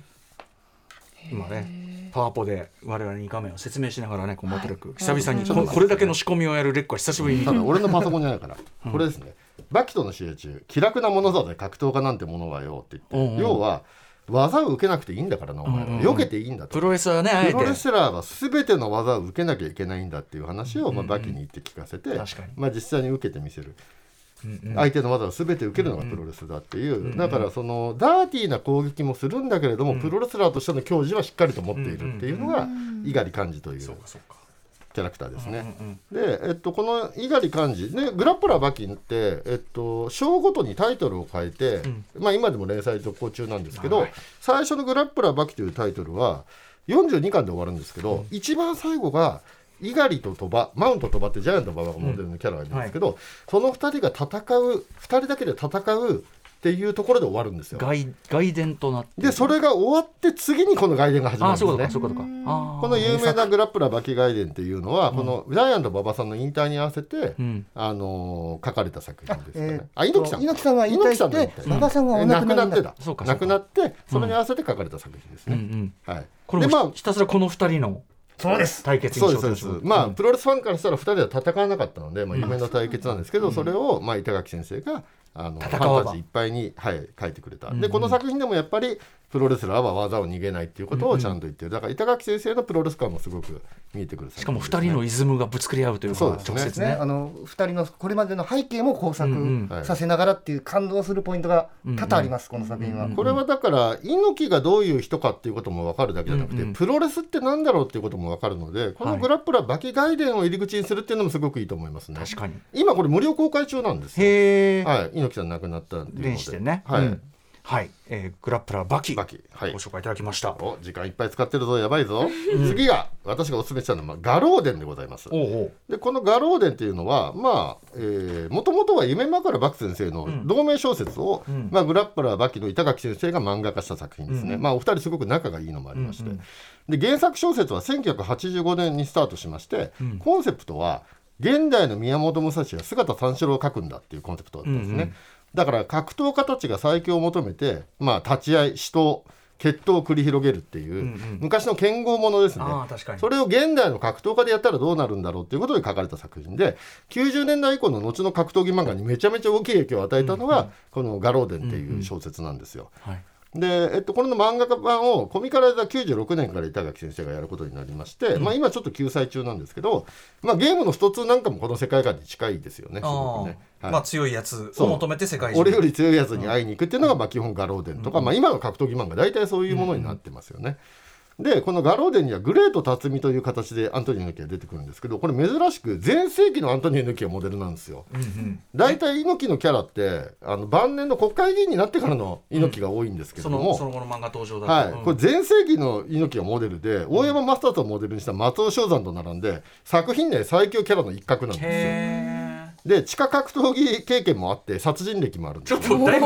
Speaker 2: い今ねパワポで我々に画面を説明しながらねコンバットレック、久々にこ,、れだけの仕込みをやるレックは久しぶりに見た
Speaker 4: ただ俺のパソコンじゃないから、これですねバキとの試合中気楽なものだぜ格闘家なんてものはよって言っ
Speaker 2: う
Speaker 4: て、
Speaker 2: んうん
Speaker 4: 要は技を受けなくていいんだからなお前は、避けていいんだと
Speaker 2: プロレスはねあえ
Speaker 4: プ
Speaker 2: て
Speaker 4: ロレスラーは全ての技を受けなきゃいけないんだっていう話を、まあ、バキに言って聞かせて、
Speaker 2: 確かに
Speaker 4: まあ、実際に受けてみせる、相手の技を全て受けるのがプロレスだっていう、だからそのダーティーな攻撃もするんだけれども、プロレスラーとしての矜持はしっかりと持っているっていうのが猪狩寛治という
Speaker 2: そうか
Speaker 4: キャラクターですね。で、えっと、この猪狩寛治ねグラップラーバキンって、えっと、章ごとにタイトルを変えて、まあ、今でも連載続行中なんですけど、最初のグラップラーバキというタイトルは42巻で終わるんですけど、一番最後が猪狩と鳥羽マウント鳥羽ってジャイアント馬場がモデルのキャラがいるんですけど、その2人が戦う2人だけで戦うっていうところで終わるんですよ。
Speaker 2: 外外伝となって
Speaker 4: でそれが終わって次にこの外伝が始ま
Speaker 2: あ
Speaker 4: る
Speaker 2: あ
Speaker 4: ん
Speaker 2: そういうこと
Speaker 4: で
Speaker 2: か
Speaker 4: す
Speaker 2: そう
Speaker 4: ね。
Speaker 2: いうことかああ
Speaker 4: この有名なグラップラーバキガイデンっていうのは、このジャイアント馬場さんの引退に合わせて、
Speaker 2: うん
Speaker 4: あのー書かれた作品ですか
Speaker 5: え
Speaker 4: ね
Speaker 5: ー。
Speaker 4: あ、猪木さん。
Speaker 5: 猪木さんが引退して
Speaker 4: 猪木の引退
Speaker 5: 馬場さんがお亡くなりになった
Speaker 4: えー亡くなって
Speaker 2: そうかそうか
Speaker 4: 亡くなって、それに合わせて書かれた作品です
Speaker 2: うんう
Speaker 4: ね。
Speaker 2: ん
Speaker 4: はい。
Speaker 2: これも
Speaker 4: でまあ
Speaker 2: ひたすらこの二人の
Speaker 5: そうです。
Speaker 2: 対決に
Speaker 4: そう
Speaker 2: し
Speaker 4: で
Speaker 2: よ
Speaker 4: す
Speaker 2: う
Speaker 4: そう
Speaker 2: とし
Speaker 4: です
Speaker 2: てる。
Speaker 4: まあプロレスファンからしたら2人では戦わなかったので、まあ、夢の対決なんですけど、それを、まあ、板垣先生があのフ
Speaker 2: 戦わば
Speaker 4: ァンタジーいっぱいに、はい、書いてくれた、でこの作品でもやっぱりプロレスラーは技を逃げないっていうことをちゃんと言ってる、だから板垣先生のプロレス感もすごく見えてくる
Speaker 2: しかも2人のイズムがぶつかり合うというの
Speaker 4: そう
Speaker 2: が
Speaker 4: ですね
Speaker 2: 直接
Speaker 5: ね、
Speaker 2: ね
Speaker 5: あの2人のこれまでの背景も工
Speaker 2: うん
Speaker 5: 作
Speaker 4: うん
Speaker 5: させながらっていう感動するポイントが多々あります、この作品は。
Speaker 2: うん
Speaker 4: これはだから猪木がどういう人かっていうことも分かるだけじゃなくて、
Speaker 2: うんうん
Speaker 4: プロレスってなんだろうっていうことも分かるのでこのグラップラーバキ外伝を入り口にするっていうのもすごくいいと思いますね
Speaker 2: 確かに
Speaker 4: 今これ無料公開中なんですよ
Speaker 2: へえ
Speaker 4: はい猪木さん亡くなったっていうので
Speaker 2: 連してね
Speaker 4: はい、
Speaker 2: うんはい、えーグラップラーバキ
Speaker 4: バキはい
Speaker 2: ご紹介いただきましたお
Speaker 4: お時間いっぱい使ってるぞやばいぞ、次が私がおすすめしたのはまあガローデンでございます
Speaker 2: うおう
Speaker 4: でこの「ガローデン」っていうのはまあもともとは夢枕漠先生の同名小説を、
Speaker 2: ん
Speaker 4: まあ、グラップラーキの板垣先生が漫画化した作品ですね、まあ、お二人すごく仲がいいのもありまして、で原作小説は1985年にスタートしまして、コンセプトは現代の宮本武蔵が姿三四郎を描くんだっていうコンセプトだったんですね、だから格闘家たちが最強を求めて、まあ、立ち合い死闘決闘を繰り広げるっていう、昔の剣豪ものですね
Speaker 2: ああ確かに
Speaker 4: それを現代の格闘家でやったらどうなるんだろうっていうことで書かれた作品で90年代以降の後の格闘技漫画にめちゃめちゃ大きい影響を与えたのが、この「ガローデン」っていう小説なんですよ。
Speaker 2: はい
Speaker 4: で、えっと、これの漫画化版をコミカライザー96年から板垣先生がやることになりまして、まあ、今ちょっと救済中なんですけど、まあ、ゲームのスト2なんかもこの世界観に近いですよね。すごくね
Speaker 2: あー
Speaker 4: はい
Speaker 2: まあ強いやつ
Speaker 4: そ
Speaker 2: を
Speaker 4: う
Speaker 2: 求めて世界中
Speaker 4: 俺より強いやつに会いに行くっていうのがまあ基本ガローデンとか、まあ、今の格闘技漫画大体そういうものになってますよね。でこのガローデンにはグレート辰巳という形でアントニオ猪木が出てくるんですけどこれ珍しく全盛期のアントニオ猪木がモデルなんですよ。大体猪木のキャラってあの晩年の国会議員になってからの猪木が多いんですけ
Speaker 2: そ
Speaker 4: ども、
Speaker 2: のその後の漫画登場だ
Speaker 4: はい
Speaker 2: とうん
Speaker 4: これ全盛期の猪木がモデルで大山マスターズをモデルにした松尾正山と並んで作品内最強キャラの一角なんですよ。
Speaker 2: へー
Speaker 4: で地下格闘技経験もあって殺人歴もあるんです
Speaker 2: ちょ
Speaker 4: よ
Speaker 2: っとだい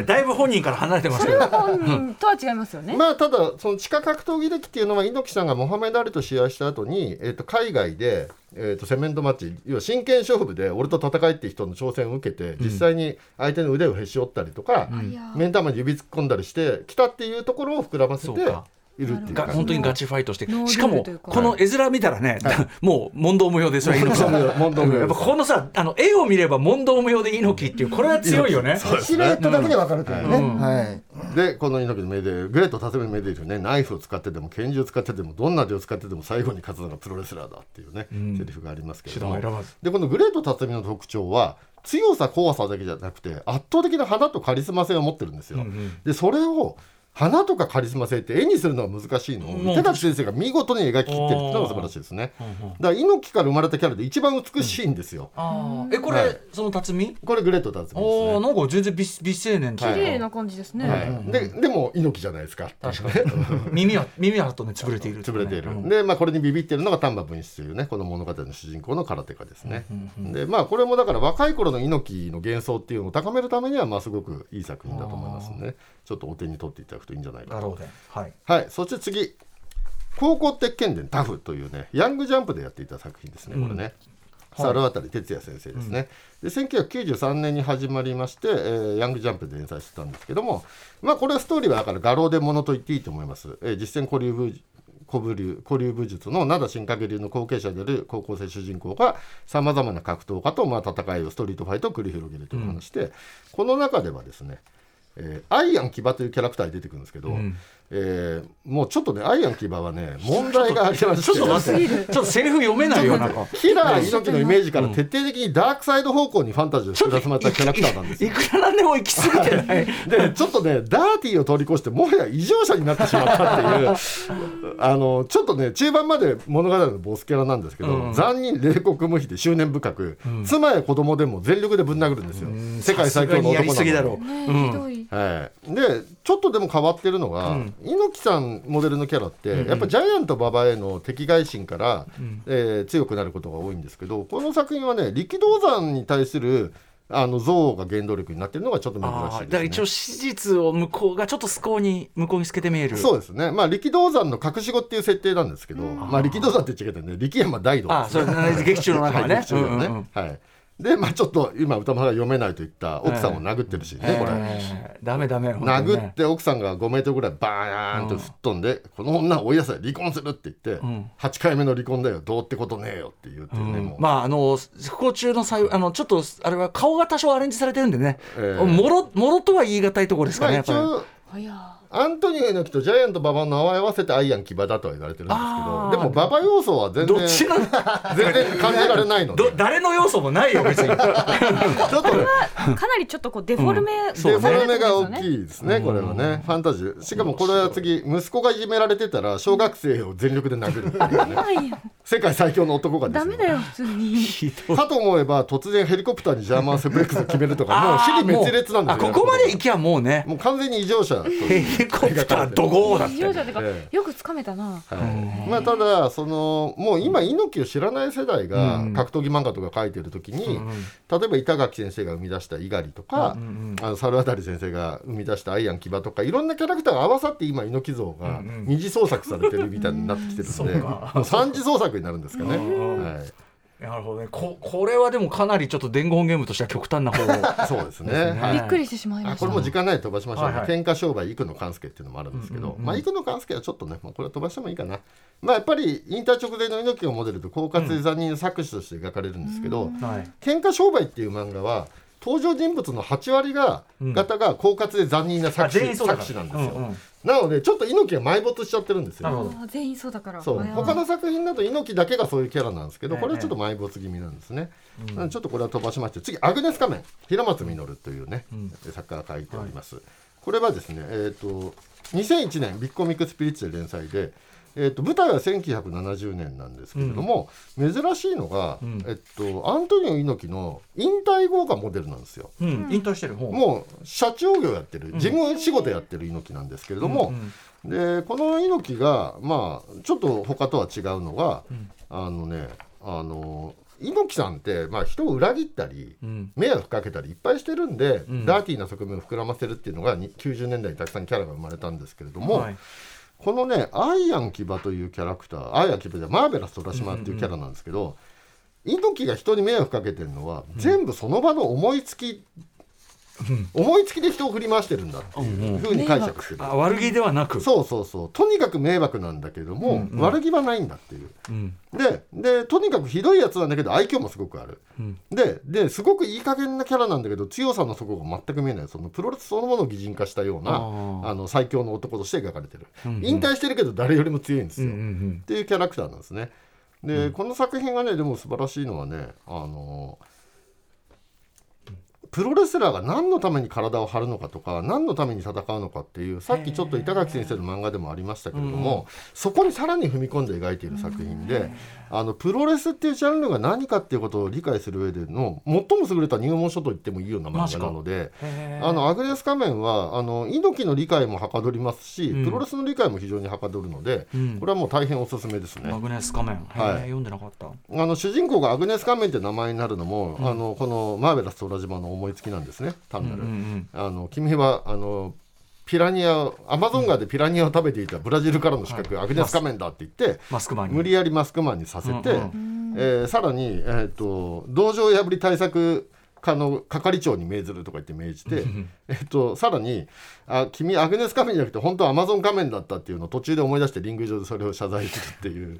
Speaker 2: ぶだいぶ本人から離れてますけど
Speaker 7: 本人とは違いますよね。
Speaker 4: まあただその地下格闘技歴っていうのは猪木さんがモハメド・アリと試合した後にえっと海外でえっとセメントマッチ要は真剣勝負で俺と戦いっていう人の挑戦を受けて実際に相手の腕をへし折ったりとか、
Speaker 7: いや
Speaker 4: 目ん玉に指突っ込んだりしてきたっていうところを膨らませて
Speaker 2: そ
Speaker 4: いう
Speaker 2: か
Speaker 4: るっていう
Speaker 2: が
Speaker 4: 感
Speaker 2: 本
Speaker 4: じ
Speaker 2: 当にガチファイトして
Speaker 7: ノールール
Speaker 2: しかも
Speaker 7: というか
Speaker 2: この絵面見たらね、 もう問答無用ですよ猪木さん
Speaker 4: 問答無用問答無用
Speaker 2: やっぱこのさあの絵を見れば問答無用で猪木っていうこれは強いよね
Speaker 5: シルエットだけでわかるというね、はい、
Speaker 4: でこの猪木の目でグレート辰巳の目でですよねナイフを使ってでも拳銃を使ってでもどんな手を使ってでも最後に勝つのがプロレスラーだっていうね、セリフがありますけれども
Speaker 2: 手段を選ばず
Speaker 4: でこのグレート辰巳の特徴は強さ怖さだけじゃなくて圧倒的な花とカリスマ性を持ってるんですよ。でそれを花とかカリスマ性って絵にするのは難しいのを
Speaker 2: うん
Speaker 4: 手垣先生が見事に描き切ってるっていうのが素晴らしいですね。だから猪木から生まれたキャラで一番美しいんですよ。
Speaker 2: あーえこれ、
Speaker 4: はい
Speaker 2: その辰巳
Speaker 4: これグレート辰巳です
Speaker 2: お
Speaker 4: ね
Speaker 2: お。なんか全然美美青年という
Speaker 7: 綺
Speaker 2: か
Speaker 7: 麗な感じですね。
Speaker 4: はい、ででも猪木じゃないですかっていうね
Speaker 2: 確かに 耳は耳はあとね潰れている
Speaker 4: 潰れている、
Speaker 2: うん
Speaker 4: で、まあ、これにビビってるのが丹波文一というねこの物語の主人公の空手家ですね、でまあこれもだから若い頃の猪木の幻想っていうのを高めるためにはまあすごくいい作品だと思いますのでねちょっとお手に取っていただくといいんじゃないか
Speaker 2: な
Speaker 4: と
Speaker 2: るほどはい
Speaker 4: はい、そして次「高校鉄拳伝タフ」というねヤングジャンプでやっていた作品ですねこれね、猿渡哲也先生ですね、で1993年に始まりまして、えーヤングジャンプで連載してたんですけどもまあこれはストーリーはだから画廊でものと言っていいと思います、えー実践古流武古武流古流武術の灘新影流の後継者である高校生主人公がさまざまな格闘家とまあ戦いをストリートファイトを繰り広げるという話で、この中ではですねえーアイアン・キバというキャラクターに出てくるんですけど、えーもうちょっとねアイアン・キバはね問題がありまして
Speaker 2: ちょっと待ってちょっとセリフ読めないよなんか
Speaker 4: キラー猪木のイメージから徹底的にダークサイド方向にファンタジーを膨らませたキャラクターなんです
Speaker 2: い
Speaker 4: よ。
Speaker 2: くらなんでも行き過ぎてない
Speaker 4: でちょっとねダーティーを通り越してもはや異常者になってしまったっていうあのちょっとね中盤まで物語のボスキャラなんですけど、
Speaker 2: うん
Speaker 4: 残忍冷酷無比で執念深く、妻や子供でも全力でぶん殴るんですよ、世界最強の男な
Speaker 2: やり
Speaker 4: の
Speaker 2: す
Speaker 4: に
Speaker 2: ぎだろう
Speaker 7: ねひどい。
Speaker 4: はい、でちょっとでも変わってるのが、猪木さんモデルのキャラって、やっぱジャイアント馬場への敵外心から、えー強くなることが多いんですけどこの作品はね力道山に対するあの憎悪が原動力になってるのがちょっと珍
Speaker 2: ああ
Speaker 4: し
Speaker 2: だ
Speaker 4: い
Speaker 2: から
Speaker 4: で
Speaker 2: 一
Speaker 4: す
Speaker 2: 応
Speaker 4: ね。
Speaker 2: 史実を向こうがちょっとスコーに向こうに透けて見える
Speaker 4: そうですね、まあ、力道山の隠し子っていう設定なんですけど、まあ、力道山って言っちゃいけないね力山大道ですね
Speaker 2: ああそれ 劇中の中はね
Speaker 4: はい劇中ではね
Speaker 2: うんうんうん
Speaker 4: はいでまあちょっと今歌丸が読めないと言った奥さんを殴ってるしね、これ。
Speaker 2: えーダメダメ本当にね
Speaker 4: 殴って奥さんが5メートルぐらいバーンと吹っ飛んで、この女を追い出せ離婚するって言って、
Speaker 2: ん
Speaker 4: 8回目の離婚だよどうってことねえよって言うっていうね、もう、
Speaker 2: まああの不幸中の際あのちょっとあれは顔が多少アレンジされてるんでね、
Speaker 4: ええ
Speaker 2: もろもろとは言い難いところですか
Speaker 4: まあ
Speaker 2: ね、やっ
Speaker 4: 一
Speaker 2: ぱり
Speaker 4: 応
Speaker 7: あいや
Speaker 4: アントニオ猪木とジャイアント馬場の名を合わせてアイアン騎馬だとは言われてるんですけ
Speaker 2: あー
Speaker 4: どでも馬場要素は全然
Speaker 2: どっちなの
Speaker 4: 全然感じられないので
Speaker 2: ど誰の要素もないよ別 に
Speaker 4: ちょっと
Speaker 7: かなりちょっとこうデフォルメ、
Speaker 2: そ
Speaker 4: デ
Speaker 2: う
Speaker 4: フ
Speaker 2: ね
Speaker 4: ォルメが大きいですねこれはねファンタジーしかもこれは次息子がいじめられてたら小学生を全力で殴るってい うね
Speaker 7: はいよ
Speaker 4: 世界最強の男がで
Speaker 7: ダ
Speaker 4: す
Speaker 7: メだよ普通 に
Speaker 4: かと思えば突然ヘリコプターにジャーマンセブレックスを決めるとかもう
Speaker 2: あー
Speaker 4: 死に滅裂なんで
Speaker 2: あ
Speaker 4: すよ
Speaker 2: ここまで行きゃもうね
Speaker 4: もう完全に異常者という
Speaker 2: ヘリコプターどこだっ
Speaker 7: 非常
Speaker 2: て
Speaker 7: 者とか
Speaker 4: え
Speaker 7: よくつかめたな
Speaker 4: はいまあ、ただそのもう今猪木を知らない世代が
Speaker 2: うん
Speaker 4: 格闘技漫画とか書いてる時に、例えば板垣先生が生み出した猪狩とか、あの猿渡先生が生み出したアイアン騎馬とかいろんなキャラクターが合わさって今猪木像が二次創作されてるみたいになってきてるので、もう三次創作になるんですかね。はい
Speaker 2: なるほどねここれはでもかなりちょっと伝言ゲームとしては極端な方を
Speaker 4: そうですね。
Speaker 2: ですね
Speaker 4: はい
Speaker 7: びっくりしてしまいま
Speaker 4: あ
Speaker 7: し
Speaker 4: こ
Speaker 7: た
Speaker 4: れも時間ないで飛ばしましょう、ね
Speaker 2: はいはい
Speaker 4: 喧嘩商売、幾野勘介っていうのもあるんですけ
Speaker 2: う
Speaker 4: ど、
Speaker 2: んうんうん
Speaker 4: まあ、幾野勘介はちょっとね、まあ、これは飛ばしてもいいかな、まあ、やっぱり引退直前の猪木をモデルと、狡猾で残忍作詞として描かれるんですけど、
Speaker 2: はい
Speaker 4: 喧嘩商売っていう漫画は、登場人物の8割が、
Speaker 2: うん
Speaker 4: 方が狡猾で残忍な
Speaker 2: あ
Speaker 4: 作詞,、
Speaker 2: 全員そうだ
Speaker 4: 作
Speaker 2: か
Speaker 4: 詞な
Speaker 2: ら
Speaker 4: んですよ、
Speaker 2: うんうん
Speaker 4: なので、ちょっと猪木が埋没しちゃってるんです
Speaker 2: なるほ
Speaker 4: よ。
Speaker 2: ど
Speaker 7: あー全員そうだから
Speaker 4: そう
Speaker 7: あー
Speaker 4: 他の作品だと猪木だけがそういうキャラなんですけど、
Speaker 2: ええ
Speaker 4: これはちょっと埋没気味なんですね、なのでちょっとこれは飛ばしまして次アグネス仮面平松実というね、作家が書いております、これはですねえっ、と2001年ビッグコミックスピリッツで連載でえっと舞台は1970年なんですけれども、珍しいのが、
Speaker 2: ん
Speaker 4: えっと、アントニオ猪木の引退後がモデルなんですよ。
Speaker 2: うん引退してるも
Speaker 4: もう社長業やってる事務仕事やってる猪木なんですけれども、でこの猪木がまあちょっと他とは違うのが、あのねあの猪木さんって、まあ、人を裏切ったり、
Speaker 2: うん
Speaker 4: 迷惑かけたりいっぱいしてるんで、
Speaker 2: ん
Speaker 4: ダーティーな側面を膨らませるっていうのがに90年代にたくさんキャラが生まれたんですけれども、
Speaker 2: はい
Speaker 4: このねアイアン騎馬というキャラクターアイアン騎馬じゃマーベラス虎島っていうキャラなんですけど、猪木が人に迷惑かけてるのは、全部その場の思いつき、思いつきで人を振り回してるんだっていうふうに解釈する。
Speaker 2: あ悪気ではなく
Speaker 4: そうそうそうとにかく迷惑なんだけども、
Speaker 2: うんうん
Speaker 4: 悪気はないんだっていう
Speaker 2: うん
Speaker 4: ででとにかくひどいやつなんだけど愛嬌もすごくある、
Speaker 2: うん
Speaker 4: でですごくいい加減なキャラなんだけど強さの底が全く見えないそのプロレスそのものを擬人化したような
Speaker 2: あ
Speaker 4: あ
Speaker 2: ー
Speaker 4: の最強の男として描かれてる、
Speaker 2: うんうん
Speaker 4: 引退してるけど誰よりも強いんです
Speaker 2: うん
Speaker 4: よ、
Speaker 2: うんう
Speaker 4: っ
Speaker 2: ん
Speaker 4: ていうキャラクターなんですねで、この作品がねでも素晴らしいのはねあのプロレスラーが何のために体を張るのかとか何のために戦うのかっていうさっきちょっと板垣先生の漫画でもありましたけれども、そこにさらに踏み込んで描いている作品で、あのプロレスっていうジャンルが何かっていうことを理解する上での最も優れた入門書と言ってもいいような漫画なので。
Speaker 2: へー
Speaker 4: あのアグネス仮面はあの猪木の理解もはかどりますし、
Speaker 2: うん
Speaker 4: プロレスの理解も非常にはかどるので、
Speaker 2: うん
Speaker 4: これはもう大変おすすめですね
Speaker 2: マ。グネス仮面へ
Speaker 4: はい
Speaker 2: ー読んでなかった
Speaker 4: あの主人公がアグネス仮面って名前になるのも、あのこのマーベラス空島の思いつきなんですね単なる、
Speaker 2: うんうん
Speaker 4: あの君はあのピラニアをアマゾン川でピラニアを食べていたブラジルからの刺客、アグネス仮面だって言って、
Speaker 2: マスクマンに
Speaker 4: 無理やりマスクマンにさせて、
Speaker 2: うんう
Speaker 4: えーさらに、えー、と同情破り対策課の係長に命ずるとか言って命じて、えっと、さらにあ「君アグネス仮面じゃなくて本当はアマゾン仮面だった」っていうのを途中で思い出してリング上でそれを謝罪するっていう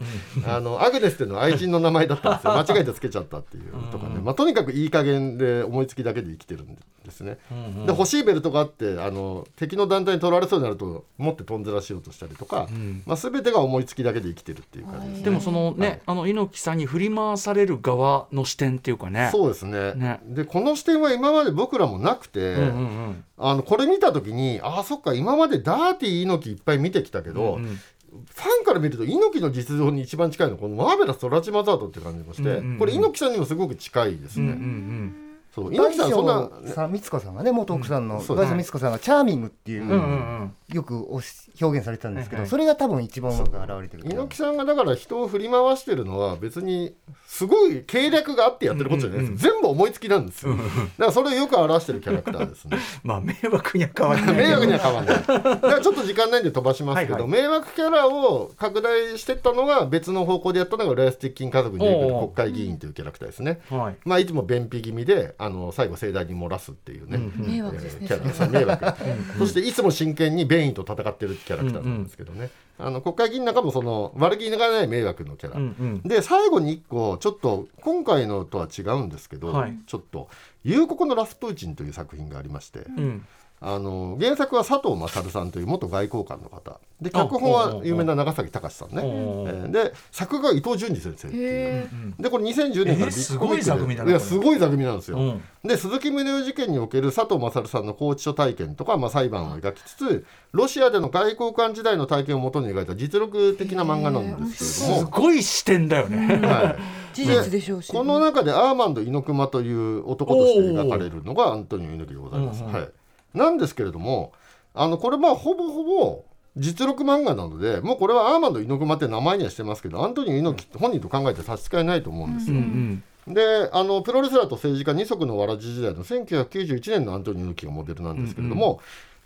Speaker 4: あのアグネスっていうのは愛人の名前だったんですよ間違えてつけちゃったっていうとかね、まあ、とにかくいい加減で思いつきだけで生きてるんですね。で欲しいベルトがあってあの敵の団体に取られそうになると持ってとんずらしようとしたりとか、まあ、全てが思いつきだけで生きてるっていう感じですね
Speaker 2: でもそのね、あの猪木さんに振り回される側の視点っていうかね。
Speaker 4: そうですね
Speaker 2: ね
Speaker 4: でこの視点は今まで僕らもなく
Speaker 2: うん
Speaker 4: て、
Speaker 2: うんうん
Speaker 4: あのこれ見た時にああそっか今までダーティー猪木いっぱい見てきたけど、
Speaker 2: うんうん
Speaker 4: ファンから見ると猪木の実像に一番近いのはこのマーベラス・トラチマザードって感じがして、
Speaker 2: うんうんうん
Speaker 4: これ猪木さんにもすごく近いですね。
Speaker 2: うんうん
Speaker 4: そう
Speaker 5: 大
Speaker 4: 猪木さんそん
Speaker 5: 将
Speaker 4: な
Speaker 5: さん、美津子さんがね、元奥さん
Speaker 4: う
Speaker 5: の、
Speaker 4: んそう
Speaker 5: 大
Speaker 4: です
Speaker 5: 将美津子さんがチャーミングっていう、
Speaker 2: うんうんうん
Speaker 5: よくおし表現されてたんですけ
Speaker 2: はい
Speaker 5: ど、
Speaker 2: はい
Speaker 5: それが多分一番うまく表れてると思う。
Speaker 4: 猪木さんがだから人を振り回してるのは別にすごい計略があってやってることじゃないです、全部思いつきなんですよ、だからそれをよく表してるキャラクターですね
Speaker 2: まあ迷惑には変わらないけど。
Speaker 4: 迷惑には変わらない。だからちょっと時間ないんで飛ばしますけど、
Speaker 2: はいは
Speaker 4: 迷惑キャラを拡大してったのが別の方向でやったのが浦安鉄筋家族に出てくる国会議員というキャラクターですね。
Speaker 2: はい。
Speaker 4: まあいつも便秘気味であの最後盛大に漏らすっていうね、
Speaker 2: うんうん
Speaker 7: 迷惑です
Speaker 4: えー
Speaker 7: ね
Speaker 4: キャラクター迷惑そしていつも真剣に便意と戦ってるキャラクターなんですけどね、あの国会議員の中もその悪気がない迷惑のキャラ、
Speaker 2: うん
Speaker 4: で最後に1個ちょっと今回のとは違うんですけど、
Speaker 2: はい
Speaker 4: ちょっと「夕刻のラスプーチン」という作品がありまして、
Speaker 2: うんうん
Speaker 4: あの原作は佐藤勝さんという元外交官の方で
Speaker 2: あ
Speaker 4: 脚本
Speaker 2: おうおうおう
Speaker 4: は有名な長崎隆さんね、え
Speaker 2: おう
Speaker 4: ーで作画が伊藤潤二先生っていう
Speaker 7: へ
Speaker 4: でこれ2010年
Speaker 2: えー
Speaker 4: からビッグ
Speaker 2: すごい
Speaker 4: コミックで
Speaker 2: 座組だない
Speaker 4: や
Speaker 2: これ
Speaker 4: すごい座組なんですよ、
Speaker 2: うん
Speaker 4: で鈴木宗男事件における佐藤勝さんの拘置所体験とか、まあ、裁判を描きつつロシアでの外交官時代の体験をもとに描いた実力的な漫画なんですけれ
Speaker 2: す
Speaker 4: ども、
Speaker 2: ごい視点だよね。
Speaker 4: はい、
Speaker 7: 事実でしょうし
Speaker 4: この中でアーマンド猪熊という男として描かれるのがアントニオ猪木でございます、
Speaker 2: うんうん
Speaker 4: はい、なんですけれどもあのこれまあほぼほぼ実録漫画なのでもうこれはアーマンド猪熊って名前にはしてますけどアントニオ猪木って本人と考えて差し支えないと思うんですよ、
Speaker 2: うん
Speaker 4: であのプロレスラーと政治家二足のわらじ時代の1991年のアントニオ猪木がモデルなんですけれども、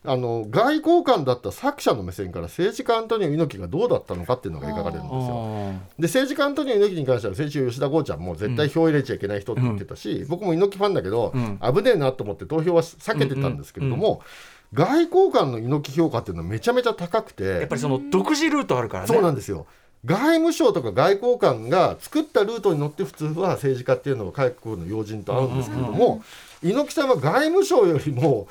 Speaker 4: あの外交官だった作者の目線から政治家アントニオ猪木がどうだったのかっていうのが描かれるんです
Speaker 2: う
Speaker 4: よ。
Speaker 2: ん。
Speaker 4: で政治家アントニオ猪木に関しては先週吉田剛ちゃんも絶対票入れちゃいけない人って言ってたし、僕も猪木ファンだけど、
Speaker 2: ん
Speaker 4: 危ねえなと思って投票は避けてたんですけれども、外交官の猪木評価っていうのはめちゃめちゃ高く
Speaker 2: やってぱりその独自ルートあるからね。
Speaker 4: そうなんですよ外務省とか外交官が作ったルートに乗って普通は政治家っていうのは各国の要人と会うんですけれども、猪木さんは外務省よりも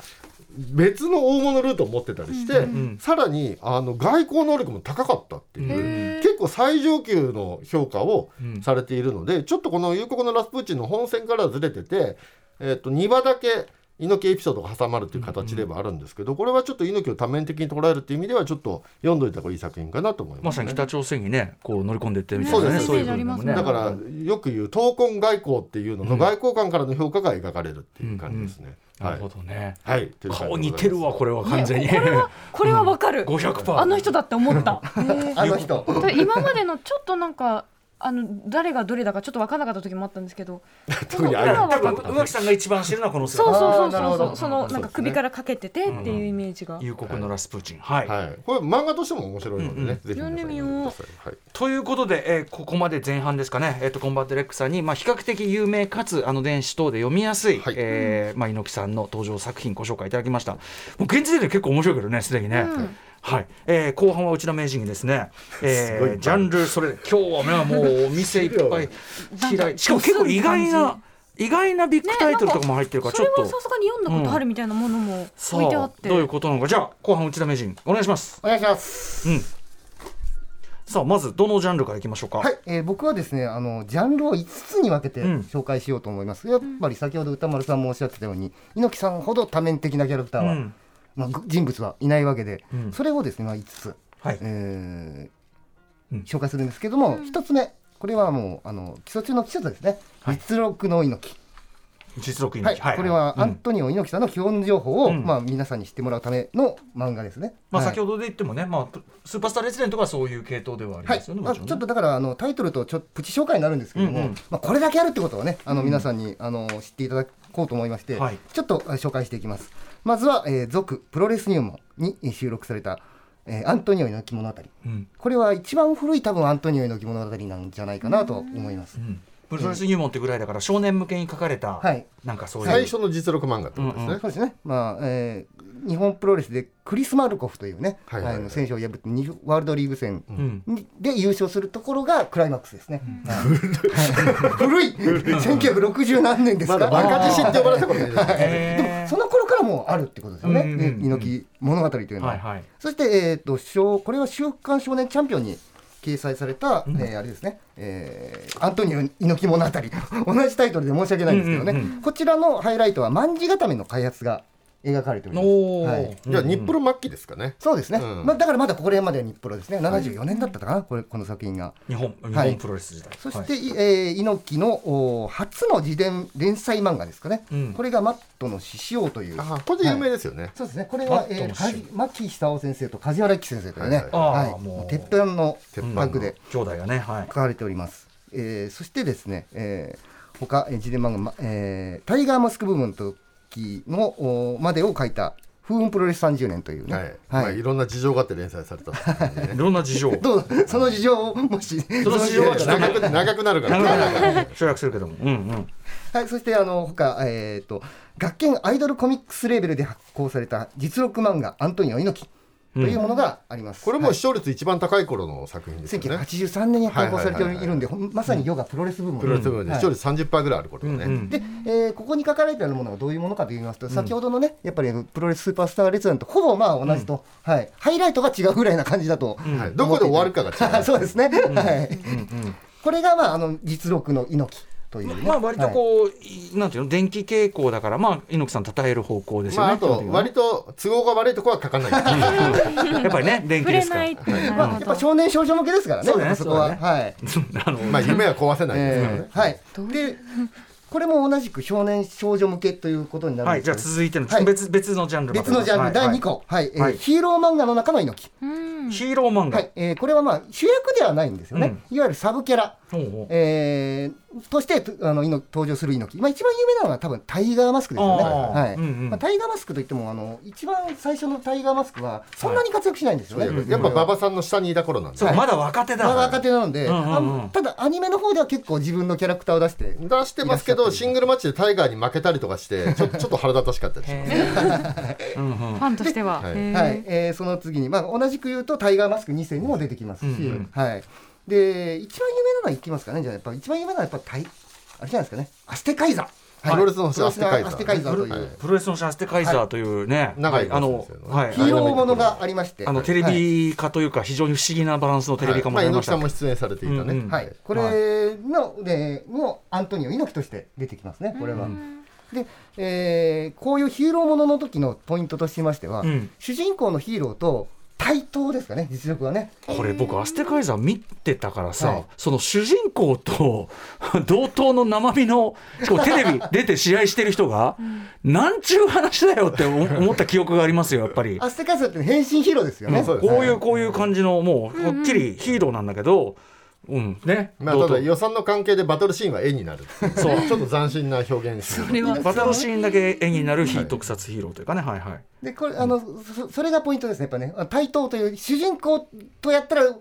Speaker 4: 別の大物ルートを持ってたりして、
Speaker 2: ん
Speaker 4: さらにあの外交能力も高かったっていう。
Speaker 7: へー
Speaker 4: 結構最上級の評価を
Speaker 2: うん
Speaker 4: されているので、ちょっとこの「夕刻のラスプーチン」の本線からはずれてて、えっと2話だけ猪木エピソードが挟まるという形ではあるんですけど、これはちょっと猪木を多面的に捉えるという意味ではちょっと読んどいた方がいい作品かなと思いま、
Speaker 2: ますさ
Speaker 4: ね
Speaker 2: に北朝鮮にね、こう乗り込んでいってみたいなね、
Speaker 4: ね
Speaker 2: そういう部分もね。
Speaker 4: だからよく言う闘魂外交っていうのの外交官からの評価が描かれるっていう感じですね。
Speaker 2: な
Speaker 4: は
Speaker 2: る
Speaker 4: い
Speaker 2: ほどね。
Speaker 4: はい、という感じでございます
Speaker 2: 顔似てるわ、これは完全に。
Speaker 7: これはわかる
Speaker 2: 五百パー。
Speaker 7: あの人だって思 った
Speaker 5: あの人
Speaker 7: と今までのちょっとなんかあの誰がどれだかちょっと分からなかった時もあったんですけど
Speaker 4: 特にあれ
Speaker 7: 多
Speaker 2: 多
Speaker 7: 分
Speaker 2: 分宇垣さんが一番知るのはこの世
Speaker 7: そうそうそう
Speaker 5: あーなる
Speaker 7: そ
Speaker 5: ほ
Speaker 7: うそ
Speaker 5: ど
Speaker 7: うそのなんか首からかけててっていうイメージが、
Speaker 2: 有国のラスプーチン。はい。
Speaker 4: はい、これ漫画としても面白いのでね、ぜひ皆
Speaker 7: 読
Speaker 4: さ
Speaker 7: んでみよう
Speaker 4: 読んでくださいはい
Speaker 2: ということで、えーここまで前半ですかね、えー、とコンバットレックさんに、まあ、比較的有名かつあの電子等で読みやすい、
Speaker 4: はい
Speaker 2: えーまあ、猪木さんの登場作品ご紹介いただきましたもう現時点で結構面白いけどねすでにね、はいえー後半はうちの名人にですね、え
Speaker 4: すごい
Speaker 2: ージャンルそれ今日はねもうお店いっぱい開いしかも結構意外な意外なビッグタイトルとかも入ってるから、
Speaker 7: そ
Speaker 2: ち
Speaker 7: れ
Speaker 2: ょっと
Speaker 7: はさすがに読んだことあるみたいなものも置いてあって、
Speaker 2: どういうことなのかじゃあ後半うちの名人お願いします
Speaker 5: お願いします
Speaker 2: さあまずどのジャンルからいきましょうか
Speaker 5: はい、えー僕はですねあのジャンルを5つに分けて
Speaker 2: うん
Speaker 5: 紹介しようと思います、やっぱり先ほど歌丸さんもおっしゃってたように猪木さんほど多面的なキャラクターは、
Speaker 2: うん
Speaker 5: まあ、ぐ人物はいないわけで、
Speaker 2: うん
Speaker 5: それをですね、まあ、5つ、
Speaker 2: はい
Speaker 5: えー
Speaker 2: うん
Speaker 5: 紹介するんですけども、1つ目これはもうあの基礎中の基礎ですね、実録の猪木
Speaker 2: 実録
Speaker 5: はい
Speaker 2: 猪木
Speaker 5: これはア
Speaker 2: うん
Speaker 5: ントニオ猪木さんの基本情報を、
Speaker 2: うん
Speaker 5: まあ、皆さんに知ってもらうための漫画ですね。
Speaker 2: まあ、
Speaker 5: はい
Speaker 2: 先ほどで言ってもね、まあ、スーパースター列伝とかそういう系統ではあり
Speaker 5: は
Speaker 2: ま
Speaker 5: い
Speaker 2: すよね、
Speaker 5: ま
Speaker 2: も
Speaker 5: あ、ち
Speaker 2: ろん
Speaker 5: ょ
Speaker 2: ね
Speaker 5: っとだからあのタイトルとちょプチ紹介になるんですけども、
Speaker 2: うんうん
Speaker 5: まあ、これだけあるってことをねあの皆さんに、あの知っていただこうと思いまして、
Speaker 2: はい
Speaker 5: ちょっとあ紹介していきますまずは「えー続プロレス入門」にえー収録された、えーアントニオ猪木物語
Speaker 2: うん
Speaker 5: これは一番古い多分アントニオ猪木物語なんじゃないかなと思います、
Speaker 2: うんプロレス入門ってぐらいだから少年向けに書かれた、
Speaker 5: はい
Speaker 2: なんかそういう
Speaker 4: 最初の実録漫画ってことですね、
Speaker 5: そうですね、まあえー日本プロレスでクリス・マルコフというね、
Speaker 4: はいはいはい
Speaker 5: あの選手を破ってにワールドリーグ戦
Speaker 2: うん
Speaker 5: にで優勝するところがクライマックスですね。はい古い1960何年です
Speaker 4: ま
Speaker 5: か
Speaker 4: だバカ
Speaker 5: ら。
Speaker 4: 自身って呼ばれたことないですね
Speaker 5: でもその頃からもうあるってことですよね、
Speaker 2: うんうんうん
Speaker 5: で猪木物語というのは。
Speaker 2: はいはい
Speaker 5: そして、えー、と小これは「週刊少年チャンピオン」に掲載された、えーあれですね、えーアントニオ猪木物語 同じタイトルで申し訳ないんですけどね、
Speaker 2: うんうん
Speaker 5: こちらのハイライトは卍固めの開発が描かれております。
Speaker 2: おー
Speaker 5: はい
Speaker 4: じゃあ日プロ末期ですかね、
Speaker 5: そうですね、
Speaker 4: うん
Speaker 5: まあ、だからまだここら辺までは日プロですね74年だったかな、これこの作品が。
Speaker 2: 日本日
Speaker 5: はい
Speaker 2: 本プロレス時代、
Speaker 5: そし
Speaker 2: はい
Speaker 5: て、いえー猪木のおー初の自伝連載漫画ですかね、
Speaker 2: うん
Speaker 5: これがマットの獅子王という、
Speaker 4: あこれで有名ですよね、
Speaker 5: そうですね、これ
Speaker 2: マッ
Speaker 5: は、
Speaker 2: ト
Speaker 5: え
Speaker 2: の
Speaker 5: ー、
Speaker 2: 獅子王
Speaker 5: 梶牧久夫先生と梶原一騎先生というね、
Speaker 4: はい
Speaker 2: はいはい
Speaker 5: はい
Speaker 2: あーもう
Speaker 5: もう鉄板の
Speaker 4: 鉄板の
Speaker 5: タッグで
Speaker 2: 兄弟がねはい
Speaker 5: 書かれております。えーそしてですね、えー、他、えー、自伝漫画、まえータイガーマスク部分の時のおーまでを書いた、風雲プロレス30年というね、
Speaker 4: はいまあ、いろんな事情があって連載されたんですけどね
Speaker 2: いろんな事情
Speaker 5: どうその事情をもし、
Speaker 2: その事情はちょっと
Speaker 4: 長く長くなるか
Speaker 2: なるほ
Speaker 4: ら
Speaker 2: ど省略するけども、うんうん、
Speaker 5: はい、そしてあの他、えー、と学研アイドルコミックスレーベルで発行された実録漫画「アントニオ猪木」というものがあります。
Speaker 4: これも視聴率一番高い頃の作品ですよね、
Speaker 5: 1983年に刊行されて
Speaker 4: はいはいはいはい
Speaker 5: いるんで、ほんまさにヨガプロレス部門
Speaker 4: プロレス部分で視聴率30%ぐらいある頃
Speaker 2: うん
Speaker 4: だね、
Speaker 2: うん
Speaker 5: で、えーここに書かれてあるものがどういうものかと言いますと、先ほどのね、やっぱりあのプロレススーパースター列伝とほぼまあ同じと、はい、ハイライトが違うぐらいな感じだと、
Speaker 4: はいどこで終わるかが違う
Speaker 5: そうですね、はい、これがまああの実録の猪木というね、
Speaker 2: まあ割と
Speaker 5: はい
Speaker 2: こう、いなんていうの電気傾向だからまあ猪木さん称える方向ですよ
Speaker 4: ま
Speaker 2: ね。
Speaker 4: あ、あと割と都合が悪いとこは書かない
Speaker 2: やっぱりね電気
Speaker 7: 触
Speaker 2: で
Speaker 7: れ
Speaker 2: すか
Speaker 7: な
Speaker 2: ら
Speaker 7: いっ。ていうの
Speaker 5: ま
Speaker 7: は
Speaker 5: あ
Speaker 7: な
Speaker 5: や
Speaker 7: るほ
Speaker 5: っぱ
Speaker 7: ど
Speaker 5: 少年少女向けですからね、
Speaker 2: そうだね
Speaker 5: そこは、
Speaker 2: そうだ
Speaker 5: はい。
Speaker 2: あの
Speaker 4: まあ夢は壊せないですから
Speaker 5: え
Speaker 4: ね、
Speaker 5: ーはい、でこれも同じく少年少女向けということになるん
Speaker 2: は
Speaker 5: で
Speaker 2: い
Speaker 5: す
Speaker 2: じ
Speaker 5: け
Speaker 2: ゃあ
Speaker 5: ど、
Speaker 2: 続いての、
Speaker 5: はい
Speaker 2: 別別のジャンル
Speaker 5: 別のジャンル、
Speaker 2: はい
Speaker 5: 第2個、はいえー
Speaker 2: はい
Speaker 5: ヒーロー漫画の中の猪木、
Speaker 7: うん
Speaker 2: ヒーロー漫画。
Speaker 5: はいえーこれはまあ主役ではないんですよね、いわゆるサブキャラ、
Speaker 2: ほうほう
Speaker 5: えーとしてとあの猪木登場する猪木、まあ、一番有名なのは多分タイガーマスクですよね、
Speaker 2: あー
Speaker 5: はい
Speaker 2: うんうん
Speaker 5: まあ、タイガーマスクといってもあの一番最初のタイガーマスクはそんなに活躍しないんですよね、
Speaker 4: やっぱ馬場さんの下にいた頃なんで、
Speaker 2: そう、まだ若手だ。
Speaker 5: まだ若手なので、
Speaker 2: うんうんうん
Speaker 5: あのただアニメの方では結構自分のキャラクターを出して
Speaker 4: 出してますけどシングルマッチでタイガーに負けたりとかしてちょちょっと腹立たしかったりしますね
Speaker 2: うんうん
Speaker 7: ファンとしては。
Speaker 4: はい
Speaker 7: へー
Speaker 5: はいえーその次に、まあ、同じく言うとタイガーマスク2世にも出てきますし、
Speaker 2: うんうん
Speaker 5: はい、で一番有名なのはいきますかねじゃあやっぱ一番有名なのはやっぱタイあれじゃないですかねアステカイザー、はい
Speaker 4: プロレスの星アス
Speaker 5: プ
Speaker 4: テ
Speaker 5: ロ
Speaker 4: カ
Speaker 5: レ
Speaker 4: イザー
Speaker 5: スのアステカイザーという、
Speaker 4: はい
Speaker 2: プロレスのシャンステカイザーというね、
Speaker 4: 長い
Speaker 2: はいあの
Speaker 4: ですよ、ね
Speaker 2: はい、
Speaker 5: ヒーローものがありまして
Speaker 2: あのテレビ化というか非常に不思議なバランスのテレビ化も
Speaker 4: は
Speaker 2: され
Speaker 4: いま
Speaker 2: ま
Speaker 4: あ、猪
Speaker 2: し
Speaker 4: 木さ
Speaker 2: た
Speaker 4: ん
Speaker 2: けど。
Speaker 4: も出演されていたね、
Speaker 2: うんうん
Speaker 5: はい、これの、でもうアントニオ猪木として出てきますね、これは。で、えーこういうヒーローものの時のポイントとしましては、
Speaker 2: うん
Speaker 5: 主人公のヒーローと対等ですかね、実力はね。
Speaker 2: これ僕アステカイザー見てたからさ、
Speaker 5: はい
Speaker 2: その主人公と同等の生身のしかもテレビ出て試合してる人が、なんちゅう話だよって思思った記憶がありますよやっぱり。
Speaker 5: アステカイザーって変身ヒーローですよね。
Speaker 4: うんそうです
Speaker 2: こういうこういう感じのもうはっきりヒーローなんだけど、うんね、
Speaker 4: まあ、
Speaker 2: 同
Speaker 4: た
Speaker 2: 等
Speaker 4: だ予算の関係でバトルシーンは絵になるっていう
Speaker 2: そう
Speaker 4: ちょっと斬新な表現ですよね
Speaker 2: バトルシーンだけ絵になる非特撮ヒーローというかね、はいはい。
Speaker 5: で、これ、あの、そそれがポイントですね、やっぱね、あ対等という主人公とやったら。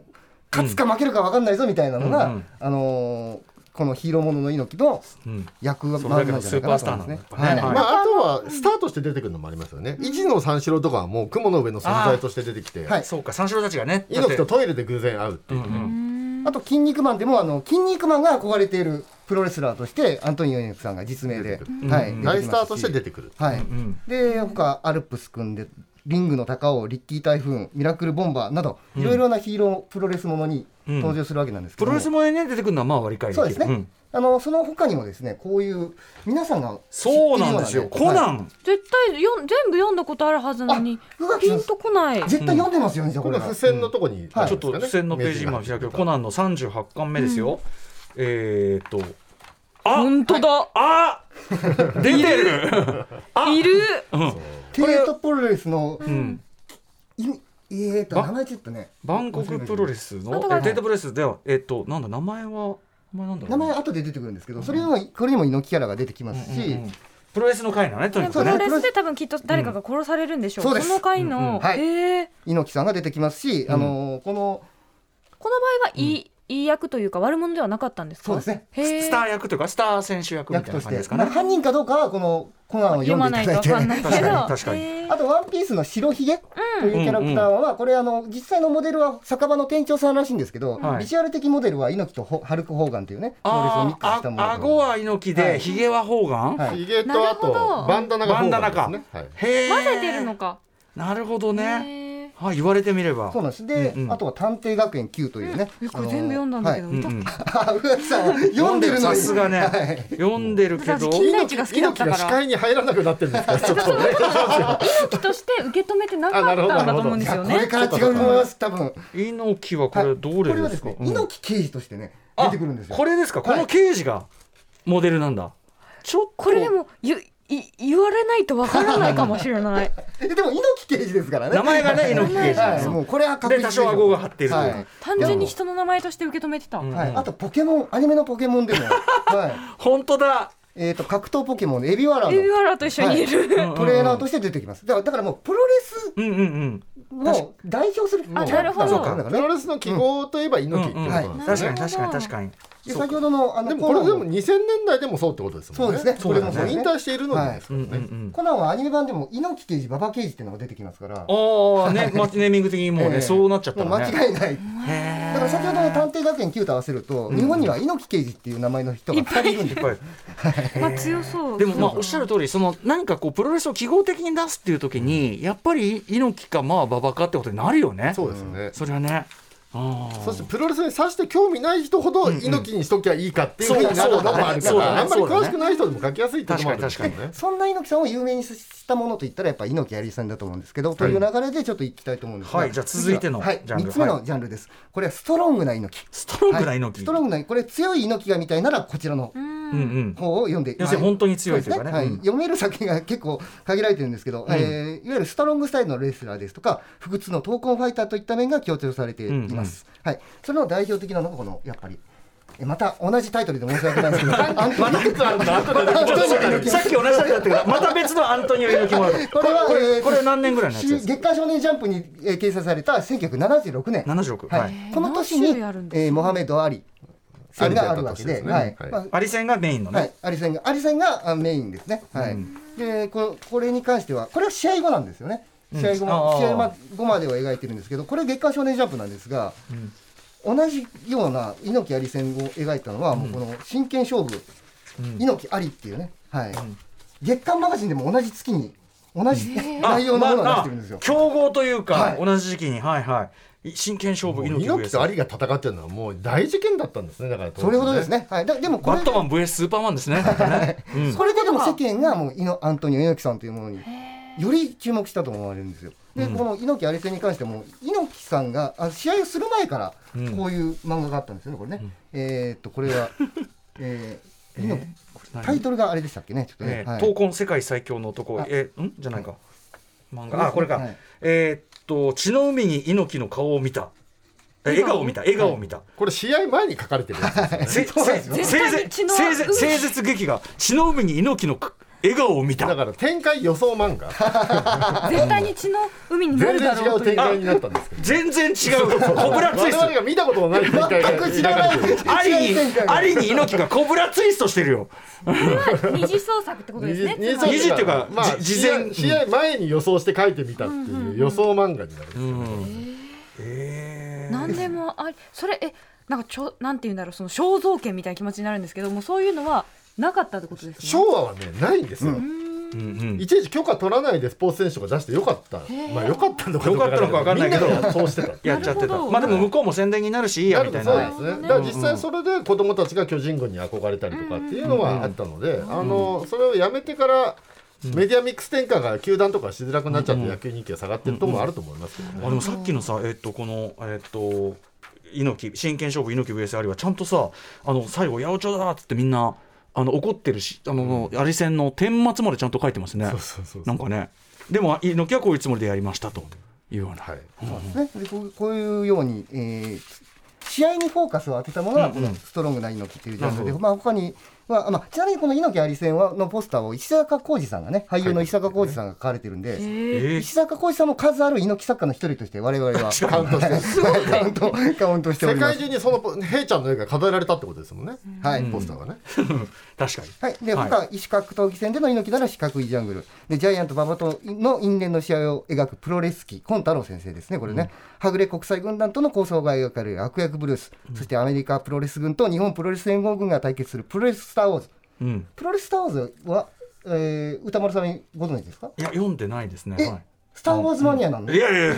Speaker 5: 勝つか負けるか分かんないぞみたいなのが、
Speaker 2: うんうん
Speaker 5: あのーこのヒーローものの猪木の
Speaker 2: うん
Speaker 5: 役割
Speaker 2: そ
Speaker 5: な
Speaker 2: れだけ
Speaker 5: んじゃな
Speaker 2: の
Speaker 5: い
Speaker 2: スー
Speaker 5: か
Speaker 2: パー
Speaker 5: な
Speaker 2: ス
Speaker 5: と
Speaker 2: タ
Speaker 5: 思
Speaker 2: ー
Speaker 5: い
Speaker 2: なんだか。らね。は
Speaker 5: ますねはい
Speaker 2: い
Speaker 4: まあ、あとはスターとして出てくるのもありますよね、一の三四郎とかはもう雲の上の存在として出てきて、
Speaker 5: はい
Speaker 2: そうか三四郎たちがねだっ
Speaker 4: 猪
Speaker 2: て
Speaker 4: 木とトイレで偶然会うっていう、
Speaker 2: うんうん
Speaker 5: あと、筋肉マンでも、あの、筋肉マンが憧れているプロレスラーとして、アントニオ猪木さんが実名で、はい。
Speaker 4: 大スターとして出てくる、
Speaker 5: くる。はい。で、他、アルプス君で、リングの高尾、リッキー台風、ミラクルボンバーなど、いろいろなヒーロー、プロレスものに登場するわけなんですけ
Speaker 2: プロ
Speaker 5: ども。
Speaker 2: レスもね出てくるのはまあ割り返り
Speaker 5: そうですね。
Speaker 2: うん
Speaker 5: あの、その他にもですね、こういう、皆さんが知ってる
Speaker 2: そ
Speaker 5: よ
Speaker 2: う
Speaker 5: うな
Speaker 2: な
Speaker 5: ね、
Speaker 2: んですよ、コナ
Speaker 5: はい
Speaker 2: ン
Speaker 7: 絶対よん全部読んだことあるはずなのに
Speaker 5: あ宇垣
Speaker 7: ピ
Speaker 5: さん
Speaker 7: ンとこない。
Speaker 5: 絶対読んでますよね、じゃあ
Speaker 4: こ
Speaker 5: こ
Speaker 4: の
Speaker 5: れ
Speaker 4: 付
Speaker 5: は。
Speaker 4: 箋のとこに、
Speaker 5: はい
Speaker 2: ちょっと付箋のページ今開くコナンの38巻目ですよ、えーっとあ
Speaker 7: 本当だ。
Speaker 2: あ出てる
Speaker 7: いる。
Speaker 5: テートプロレスの、
Speaker 2: うん
Speaker 5: いえーと、名前ちょっとね、
Speaker 2: バンコクプロレスの
Speaker 7: あだ
Speaker 2: え
Speaker 7: から
Speaker 2: データプロレスではえーっとなんだ名前は名前なんだろ
Speaker 5: 名
Speaker 2: う
Speaker 5: 前後で出てくるんですけど、それにも、これにも猪木キャラが出てきますし、
Speaker 2: プロレスの会なのねとにか
Speaker 7: プ
Speaker 2: く
Speaker 5: そ
Speaker 7: ロ
Speaker 5: う
Speaker 2: ね
Speaker 5: ね
Speaker 7: レスで多分きっと誰かが殺されるんでしょう。
Speaker 5: そうです
Speaker 7: の回の、
Speaker 5: はい
Speaker 7: へー
Speaker 5: 猪木さんが出てきますし、あのーこの
Speaker 7: この場合はいい、いい役というか悪者ではなかったんですか。
Speaker 5: そうですね
Speaker 7: へー
Speaker 2: スター役というかスター選手役みた
Speaker 5: 役
Speaker 2: いな
Speaker 5: とし
Speaker 2: 感じ
Speaker 5: て、
Speaker 2: ですか
Speaker 5: ま
Speaker 2: ね
Speaker 5: あ、犯人かどうかはこのコナンを
Speaker 7: 読
Speaker 5: 読
Speaker 7: ま
Speaker 5: んで
Speaker 7: ないい
Speaker 5: た
Speaker 7: と
Speaker 5: だ
Speaker 7: わか
Speaker 5: いて。
Speaker 7: んないけど。
Speaker 2: 確かに確かに
Speaker 7: へー
Speaker 5: あと、ワンピースの白ひげというキャラクターは、これ、あの、実際のモデルは酒場の店長さんらしいんですけど、
Speaker 2: はい
Speaker 5: ビジュアル的モデルは猪木とホハルク・ホーガンというね、プロレスをミッ
Speaker 2: あ
Speaker 5: クスしたもの
Speaker 2: あ
Speaker 5: と
Speaker 2: 顎は猪木
Speaker 5: は
Speaker 2: で
Speaker 5: い
Speaker 2: ひげは方眼、
Speaker 5: はい
Speaker 4: ヒゲとあ
Speaker 7: なるほ
Speaker 4: と
Speaker 7: ど
Speaker 4: バンダナが
Speaker 2: バン
Speaker 4: 本
Speaker 2: ダ
Speaker 4: 番
Speaker 2: ナか
Speaker 4: ですね、はい、
Speaker 2: へえ
Speaker 7: 混ぜてるのか。
Speaker 2: なるほどね、
Speaker 7: へー
Speaker 2: はい、言われてみれば
Speaker 5: そうなんです。で、
Speaker 2: うんうん
Speaker 5: あとは探偵学園 Q というね。
Speaker 7: えこれ全部読んだんだけど。
Speaker 5: あ
Speaker 2: うんうん
Speaker 5: の はい、あ、うわさん、読んでる の
Speaker 2: さ
Speaker 5: に。
Speaker 2: すがね、読んでるけど
Speaker 7: 私金田一が好きだった
Speaker 4: 猪木
Speaker 7: か
Speaker 4: が
Speaker 7: ら
Speaker 4: 視界に入らなくなってるんですからちょっ とね
Speaker 7: 猪木として受け止めてなかったんだと思うんですよ
Speaker 5: こ
Speaker 7: ね
Speaker 5: れ。から違うと思います、多分。
Speaker 2: 猪木はこ
Speaker 5: は
Speaker 2: れ
Speaker 5: い
Speaker 2: どれですか、
Speaker 5: これはです
Speaker 2: う
Speaker 5: ね、
Speaker 2: ん
Speaker 5: 猪木刑事としてね、
Speaker 2: あ
Speaker 5: 出てくるんですよ。
Speaker 2: これですかこ
Speaker 5: は
Speaker 2: の
Speaker 5: い
Speaker 2: 刑事がモデルなんだ、ちょっと
Speaker 7: これでもゆい言われないとわからないかもしれ ない。
Speaker 5: えでも猪木刑事ですからね。
Speaker 2: 名前がね猪木刑事
Speaker 5: は
Speaker 2: そ
Speaker 5: い、
Speaker 2: う
Speaker 5: もうこれは確実
Speaker 2: で多
Speaker 5: しょ
Speaker 2: 少顎が張っているという
Speaker 5: はい
Speaker 7: 単純に人の名前として受け止めてた。
Speaker 2: うん
Speaker 5: はい、あとポケモンアニメのポケモンで も、はい、
Speaker 2: 本当だ
Speaker 5: えっ、と格闘ポケモンのエビワラの
Speaker 7: エビワラと一緒にいる。
Speaker 5: はいトレーナーとして出てきます。だからだからもうプロレ
Speaker 2: うんうんうん
Speaker 5: スを代表するもう
Speaker 7: あなるほど
Speaker 5: そうかだか
Speaker 4: プ
Speaker 5: ら
Speaker 4: ロ
Speaker 5: ね
Speaker 4: レスの記号といえば
Speaker 2: うん
Speaker 4: 猪木って
Speaker 2: うん
Speaker 4: ことなんですよね、
Speaker 2: 確かに確かに確かに
Speaker 5: で先ほどのあ
Speaker 4: で
Speaker 5: の
Speaker 4: もこれでも
Speaker 5: コナ
Speaker 4: 2000
Speaker 5: ン
Speaker 4: 年代でもそうってことですもんね。
Speaker 5: そうですね
Speaker 4: これも
Speaker 5: そうだね
Speaker 4: 引退しているのにですから
Speaker 2: うんうんう
Speaker 4: ね。
Speaker 2: ん
Speaker 5: コナンはアニメ版でも猪木刑事馬場刑事っていうのが出てきますから
Speaker 2: ああね、まあネーミング的にもうね、
Speaker 5: ええ
Speaker 2: そうなっちゃった
Speaker 5: もう
Speaker 2: らね。
Speaker 5: 間違いない
Speaker 2: へ
Speaker 5: だから先ほどの探偵学園 Q と合わせると、日本には猪木刑事っていう名前の人が2人いるんで
Speaker 2: え。はい
Speaker 7: まあ強そう
Speaker 2: でもまあおっしゃる通りそのなんかこうプロレスを記号的に出すっていう時にやっぱり猪木かまあ馬場かってことになるよね。
Speaker 4: そうですよね。
Speaker 2: それはね。あー
Speaker 4: そしてプロレスにさして興味ない人ほど猪木にしときゃいいかっていうふうになるのもあるか
Speaker 2: そうだね
Speaker 4: ら、あんまり
Speaker 2: そうだね
Speaker 4: 詳しくない人でも書きやすいってこともあるんですよね
Speaker 2: 確かに
Speaker 5: そんな猪木さんを有名にしたものといったらやっぱ猪木有吉さんだと思うんですけど、という流れでちょっといきたいと思うんですが
Speaker 2: はいじゃあ続いての
Speaker 5: はい、
Speaker 2: ジャンル
Speaker 5: 3つ目のジャンルです、これはストロングな猪木
Speaker 2: ストロングな
Speaker 5: はい
Speaker 2: 猪木。
Speaker 5: ストロングなこれ強い猪木がみたいならこちらの
Speaker 2: うんうん。
Speaker 5: 方を読んで
Speaker 2: 要するに
Speaker 5: まあ
Speaker 2: 本当に強いというかね
Speaker 5: そで
Speaker 2: う
Speaker 5: す
Speaker 2: ん
Speaker 5: はい、読める先が結構限られてるんですけど、えーいわゆるストロングスタイルのレスラーですとか不屈の闘魂ファイターといった面が強調されています、はい、それの代表的なのがこのやっぱりえまた同じタイトルで申し訳ないんですけどアントニオ
Speaker 4: いくつあるんだ後で
Speaker 5: アントニオ猪木
Speaker 2: さっき同じだったけどまた別のアントニオ猪木もある。こ
Speaker 5: これ
Speaker 2: れ
Speaker 5: は
Speaker 2: こ
Speaker 5: え
Speaker 2: れ
Speaker 5: ー
Speaker 2: これ何年ぐらいのやつですか。
Speaker 5: 月刊少年ジャンプに、えー掲載された1976年、
Speaker 2: 七十六。
Speaker 5: は
Speaker 2: はいい。
Speaker 5: この年に
Speaker 7: 何種類あるんですか
Speaker 5: えーモハメド・アリさんがあるわけで
Speaker 4: アリが
Speaker 5: は
Speaker 4: ある
Speaker 5: い
Speaker 4: わけですね
Speaker 5: まあ
Speaker 4: は
Speaker 2: アリ戦がメインの
Speaker 5: は
Speaker 2: ね
Speaker 5: い。、アリセンが、アリセンがあメインですね。はい。で、ここれに関しては、これは試合後なんですよね。試合後
Speaker 2: あ
Speaker 5: ま、
Speaker 2: ー
Speaker 5: 試合ま後までは描いてるんですけど、これ月刊少年ジャンプなんですが。同じような猪木アリ戦を描いたのは、もうこの真剣勝負。猪木アリっていうね。はい。月刊マガジンでも同じ月に。同じ内容のものを出してるんですよ
Speaker 2: あ。競合というか
Speaker 5: はい
Speaker 2: 同じ時期にはいはいい真剣勝負猪木
Speaker 4: 猪木
Speaker 2: VS
Speaker 4: とアリが戦ってるのはもう大事件だったんですね。だから当時
Speaker 5: それほどです。ね。はい。だでもこ
Speaker 2: バ
Speaker 5: れ
Speaker 2: ッ
Speaker 5: で。
Speaker 2: トマン VS スーパーマンですね。なんかねうん
Speaker 5: それででも世間がもうイノアントニオ猪木さんというものにより注目したと思われるんですよ。で、この猪木アリ戦に関しても猪木さんがあ試合をする前から
Speaker 2: ん
Speaker 5: こういう漫画があったんですよねこれね。えーっとこれは、えー猪木
Speaker 2: 何
Speaker 5: タイトルがあれでしたっけねちょっとね
Speaker 2: え。
Speaker 5: は
Speaker 2: ー
Speaker 5: い
Speaker 2: 闘魂世界最強の男
Speaker 5: あ
Speaker 2: えーんじゃないか漫
Speaker 5: は
Speaker 2: 画
Speaker 5: い
Speaker 2: あこれか
Speaker 5: はい
Speaker 2: えーっと血の海に猪木の顔を見たえ笑顔を見た笑顔を見た
Speaker 4: これ試合前に書かれてるやつ ですよね。
Speaker 2: せせ
Speaker 7: 対に血の
Speaker 2: せいぜ
Speaker 7: うん
Speaker 2: 整絶劇が血の海に猪木の笑顔を見た
Speaker 4: だから展開予想漫画。
Speaker 7: 絶対に血の海にな
Speaker 4: 全
Speaker 7: る
Speaker 4: 然
Speaker 7: だろ
Speaker 4: 違
Speaker 7: う
Speaker 4: う
Speaker 7: という
Speaker 4: 展開になったんです けど。
Speaker 2: 全然違うコブラツ
Speaker 4: 我
Speaker 2: イスト
Speaker 4: 々が見たことのない展開 が
Speaker 5: 全く知らない
Speaker 4: 描かれてる
Speaker 2: あり
Speaker 5: 違う展
Speaker 2: に
Speaker 5: 開が
Speaker 2: ありに猪木がコブラツイストしてるよ
Speaker 7: 二次創作ってことですねつまり
Speaker 2: 二次っていうか
Speaker 4: まあ、
Speaker 2: じ事前
Speaker 4: 試合試合前に予想して書いてみたっていう予想漫画になるんですよ、
Speaker 7: 何でもありそれえなんかちょなんて言うんだろうその肖像権みたいな気持ちになるんですけどもうそういうのはなかったってことですね
Speaker 4: 昭和はねないんですよ、いちいち許可取らないでスポーツ選手が出してよかった、まあよかったのかどう
Speaker 2: よかったのかわかんないけど
Speaker 4: みんながそうしてた
Speaker 2: やっち
Speaker 7: な
Speaker 2: ゃってた
Speaker 7: るほど
Speaker 2: まあでも向こうも宣伝になるしいいや
Speaker 4: な
Speaker 2: みた
Speaker 4: る
Speaker 2: い
Speaker 4: そう
Speaker 2: な
Speaker 4: ですねだから実際それで子供たちが巨人軍に憧れたりとかっていうのはあったので、あのそれをやめてからメディアミックス転換が球団とかしづらくなっちゃって野球人気が下がってるとこもあると思いますけどね、
Speaker 2: あでもさっきのさ、えっと、この、えっと、猪木、真剣勝負猪木 VS アリは、ちゃんとさ、あの、最後、八百長だっつってみんな、あの、怒ってるし、あの、アリ戦の顛末までちゃんと書いてますね。
Speaker 4: そうそうそう
Speaker 2: なんかね、でも、猪木はこういうつもりでやりましたというような。
Speaker 4: はい
Speaker 5: ね、でこうこういうように、えー試合にフォーカスを当てたものがこのストロングな猪木というジャンル
Speaker 2: な
Speaker 5: で、
Speaker 2: るほど
Speaker 5: まあ他には、まあ、ちなみにこの猪木あり戦はのポスターを石坂浩二さんがね俳優の石坂浩二さんが書かれてるんで、
Speaker 2: えー
Speaker 5: 石坂浩二さんも数ある猪木作家の一人として我々は
Speaker 4: カウントして
Speaker 5: カウントカウントしてお
Speaker 4: 世
Speaker 5: りま
Speaker 4: 界
Speaker 5: す
Speaker 4: 中。にそのヘイちゃんの絵が飾られたってことですもんね、
Speaker 5: はい
Speaker 4: ポスターがね、
Speaker 2: 確かに。
Speaker 5: はい、で
Speaker 2: はい
Speaker 5: 他、異種格闘技戦での猪木なら四角いジャングルでジャイアント馬場との因縁の試合を描くプロレス機コン太郎先生ですねこれね、はぐれ国際軍団との構想が描かれる悪役ブルース、そしてアメリカプロレス軍と日本プロレス連合軍が対決するプロレススター・ウォーズ
Speaker 2: うん。
Speaker 5: プロレススター・ウォーズは、えー歌丸さんご存知ですか
Speaker 2: いや、読んでないですね。
Speaker 5: え、
Speaker 2: はい
Speaker 5: スター・ウォーズマニアなの
Speaker 2: いやいやいや、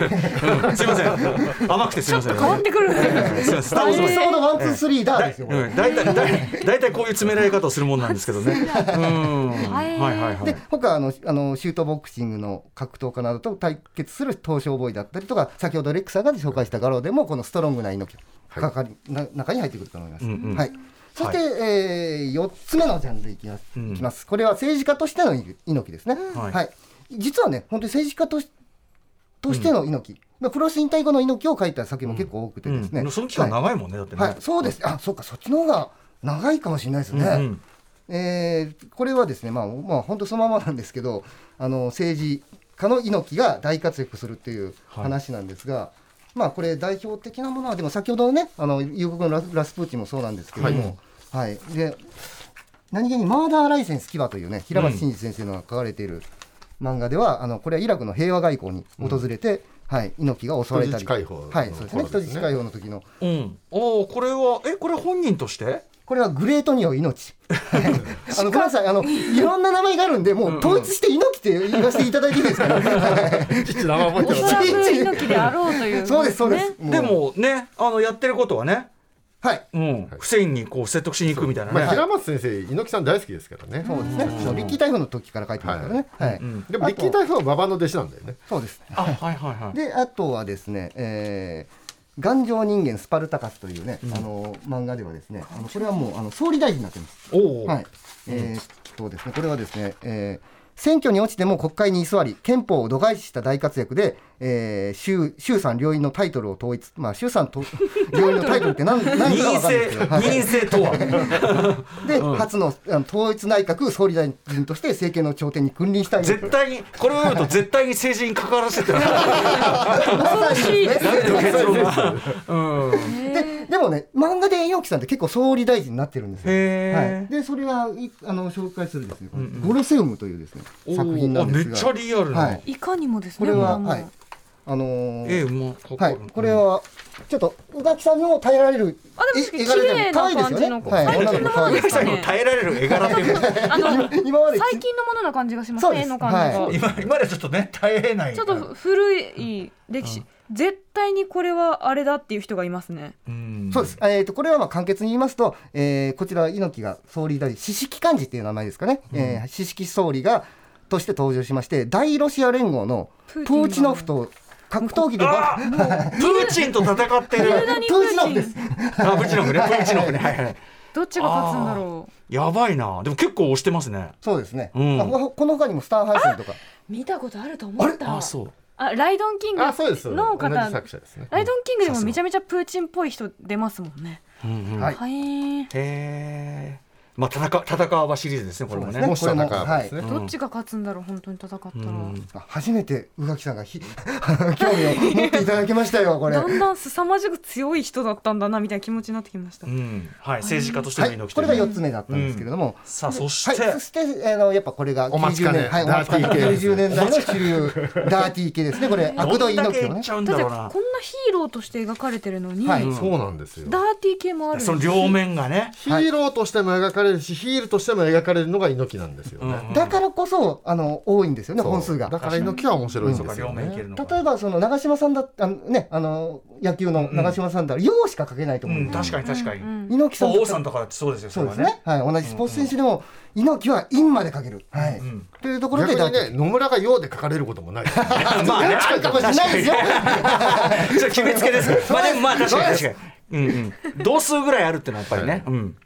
Speaker 2: うんすいません。甘くてすいません。
Speaker 7: 変わってくる
Speaker 2: すいませんスターウォー
Speaker 5: エ
Speaker 2: ズ
Speaker 5: ピ
Speaker 2: の
Speaker 5: ソード1、2、3だですよ、これ
Speaker 2: うん大体、大大体こういう詰められ方をするもんなんですけどね。うん。はいはいは
Speaker 5: で
Speaker 2: い。
Speaker 5: 他あのあのシュートボクシングの格闘家などと対決する東証ボーイだったりとか先ほどレックさんが紹介した画廊でもこのストロングな猪木がかかり、な中に入ってくると思います。
Speaker 2: うんうん
Speaker 5: はいそして、えー、4つ目のジャンルいきます,、
Speaker 2: ん
Speaker 5: いきますこれは政治家としての猪木ですね、
Speaker 2: はい
Speaker 5: はい、実はね本当に政治家としとしての猪木、まあプロレス引退後の猪木を書いた作品も結構多くてですね、
Speaker 2: うんその期間長いもんね、だってね。
Speaker 5: はい、そうです。あ、そうか、そっちの方が長いかもしれないですね。
Speaker 2: うんうん
Speaker 5: えーこれはですね、まあ、まあ、本当そのままなんですけど、あの政治家の猪木が大活躍するっていう話なんですが。まあ、これ代表的なものはでも先ほどのねあの夕刻のラスラスプーチンもそうなんですけども、はいで何気に「マーダーライセンス牙」というね平松真二先生のが書かれている漫画では、あのこれはイラクの平和外交に訪れて、はい、猪木が襲われたり
Speaker 4: 人質解放の
Speaker 5: はいそうですね
Speaker 4: 頃
Speaker 5: 人
Speaker 4: ですね
Speaker 5: 質解放の時の
Speaker 2: うん、おおこれはえこれ本人として
Speaker 5: これはグレートニオ命あのごめんなさいあのいろんな名前があるんでもう統一して猪木って言わせていただいていいですかねはい
Speaker 4: い ち名前覚
Speaker 7: お
Speaker 4: えてま す
Speaker 7: そらく猪木であろうという。
Speaker 5: そうですそうです、う
Speaker 2: でもねあのやってることはね、
Speaker 5: はい
Speaker 2: うん、フセインにこう説得しに行くみたいなね、
Speaker 4: まあ、平松先生猪木さん大好きですからね
Speaker 5: そうですね、そうリッキー台風の時から書いてますからね、はい
Speaker 2: ん
Speaker 4: でもリッキー大風は馬場の弟子なんだよね
Speaker 5: そうです、
Speaker 2: あはいはいはい
Speaker 5: であとはですね、えー頑丈人間スパルタカスというね、あの漫画ではですね、あのこれはもうあの総理大臣になってます。
Speaker 2: おお、
Speaker 5: はい。えーっとですね、これはですね、えー選挙に落ちても国会に居座り、憲法を度外視した大活躍で、えー衆衆参両院のタイトルを統一、まあ衆参と 両院のタイトルって何何か
Speaker 2: 任
Speaker 5: わかんないで
Speaker 2: 性
Speaker 5: すけど、はい
Speaker 2: 任性とは
Speaker 5: で、初のあの統一内閣総理大臣として政権の頂点に君臨したい。
Speaker 2: 絶対にこれを読むと絶対に政治に関わらせてる 結論が
Speaker 5: ででもね漫画で猪木さんって結構総理大臣になってるんですよ。
Speaker 2: へー
Speaker 5: はい、でそれはいあの紹介するですね、ゴロセウムというですね作品なんですが、
Speaker 2: おーあめっちゃリアルな
Speaker 5: はい、
Speaker 7: いかにもです
Speaker 5: こ
Speaker 7: ね。
Speaker 5: れは、
Speaker 7: これは
Speaker 5: はい、あのー
Speaker 2: ええまあかっこ
Speaker 5: はい
Speaker 2: い
Speaker 5: い、これはちょっと宇垣さんにも耐えられる
Speaker 7: あでも
Speaker 5: え絵柄じゃな
Speaker 7: 綺麗
Speaker 5: い
Speaker 7: な
Speaker 5: 可愛いですよ
Speaker 7: 感
Speaker 5: ね。
Speaker 7: じの
Speaker 5: はい、女の子可愛 いです。
Speaker 2: 最後耐えられる絵柄っていう
Speaker 7: あの
Speaker 5: 今まで
Speaker 7: 最近のものな感じがします
Speaker 5: そう
Speaker 7: ね。
Speaker 5: で
Speaker 7: 絵
Speaker 5: す
Speaker 7: の感じが。
Speaker 5: はい
Speaker 2: 今今でちょっとね耐えない
Speaker 7: ちょっと古い歴史、絶対にこれはあれだっていう人がいますね。
Speaker 2: うん
Speaker 5: そうです。えっ、と、これはまあ簡潔に言いますと、えーこちら猪木が総理大臣、四式幹事っていう名前ですかね。えー四式総理が、として登場しまして、大ロシア連合のプ
Speaker 7: プーチン
Speaker 5: ーチノフと格闘技で
Speaker 2: あ
Speaker 5: ば、
Speaker 2: ープーチンと戦ってる
Speaker 7: ルダニ
Speaker 5: プーチノフです。
Speaker 2: あプーチノフねプーチノフねはいはい
Speaker 7: どっちが勝つんだろ
Speaker 2: やばいなでも結構押してますね
Speaker 5: そうですね。
Speaker 2: うん
Speaker 5: あほこの他にもスターハイセンとか、
Speaker 7: う。見たことあると思った。
Speaker 2: う
Speaker 7: あライドンキング
Speaker 4: あそうですそうです
Speaker 7: の
Speaker 4: 同じ
Speaker 7: 方。
Speaker 4: 作者ですね
Speaker 7: ライドンキングでもめちゃめちゃプーチンっぽい人出ますもんね。
Speaker 2: うんうん
Speaker 5: はい
Speaker 7: はい。
Speaker 2: へえまあ戦戦わシリーズですねこれもね
Speaker 5: そう
Speaker 4: も
Speaker 5: で
Speaker 4: し戦う
Speaker 5: これも
Speaker 4: ですね、
Speaker 7: どっちが勝つんだろう本当に戦ったら。
Speaker 2: うん
Speaker 5: あ初めて宇垣さんがひ 興味を持っていただきましたよ、これ。
Speaker 7: だんだん凄まじく強い人だったんだなみたいな気持ちになってきました
Speaker 2: う。んはい政治家として
Speaker 5: は
Speaker 2: の
Speaker 5: い、
Speaker 2: 猪木
Speaker 5: これが
Speaker 2: という
Speaker 5: 4つ目だったんですけれども、
Speaker 2: さあそし
Speaker 5: はい、
Speaker 2: て
Speaker 5: そしてあのやっぱこれが
Speaker 4: お待ち
Speaker 5: 90
Speaker 4: かね
Speaker 5: 年、はい、お
Speaker 4: ダー
Speaker 5: 待
Speaker 4: テ
Speaker 5: ち
Speaker 4: ィー
Speaker 5: かね
Speaker 4: 系ですね
Speaker 5: 90年代の主流ダーティー系ですね、これ、悪
Speaker 2: ど
Speaker 5: ど
Speaker 2: ん
Speaker 5: い
Speaker 2: だ
Speaker 5: 猪
Speaker 2: け
Speaker 5: 木
Speaker 2: い
Speaker 5: の
Speaker 2: っ
Speaker 5: ね
Speaker 2: ち。ゃうんだ
Speaker 7: だって
Speaker 2: ろ
Speaker 7: こ
Speaker 2: うん
Speaker 7: な
Speaker 2: な
Speaker 7: ヒーローとして描かれてるのに、
Speaker 5: はい
Speaker 4: そうなんですよ
Speaker 7: ダーティー系もあるんです
Speaker 2: その両面がね
Speaker 4: ヒーローとしても描かれるし、ヒールとしても描かれるのが猪木なんですよね、
Speaker 2: うん
Speaker 5: だからこそあの多いんですよね、
Speaker 4: そう
Speaker 5: 本数が。
Speaker 4: だから猪木は面白いん
Speaker 2: そう
Speaker 4: で
Speaker 2: か
Speaker 4: す
Speaker 2: 両
Speaker 4: よね、
Speaker 2: 面いけるのか
Speaker 5: 例えばその長嶋さんだあのねあの野球の長嶋さんだら「よう」しか書けないと
Speaker 2: う
Speaker 5: 思うん
Speaker 2: ん
Speaker 5: ですよ、
Speaker 2: 確かに確かに
Speaker 5: 猪木さんだ
Speaker 2: 王
Speaker 5: った
Speaker 2: さんとかだってそうですよ
Speaker 5: そうです
Speaker 2: れは
Speaker 5: ねはい、同じスポーツ選手でも猪木は「陰」まで書ける、はい
Speaker 2: ん
Speaker 5: というところ
Speaker 4: 逆
Speaker 5: で
Speaker 4: にね野村が「よう」で書かれることも ないですよね
Speaker 2: まあね
Speaker 5: あるかもしれないですよ
Speaker 2: ちょっと決めつけですけどまあでもまあ確かに確かに、うんうん、同数ぐらいあるってのはやっぱりね、うん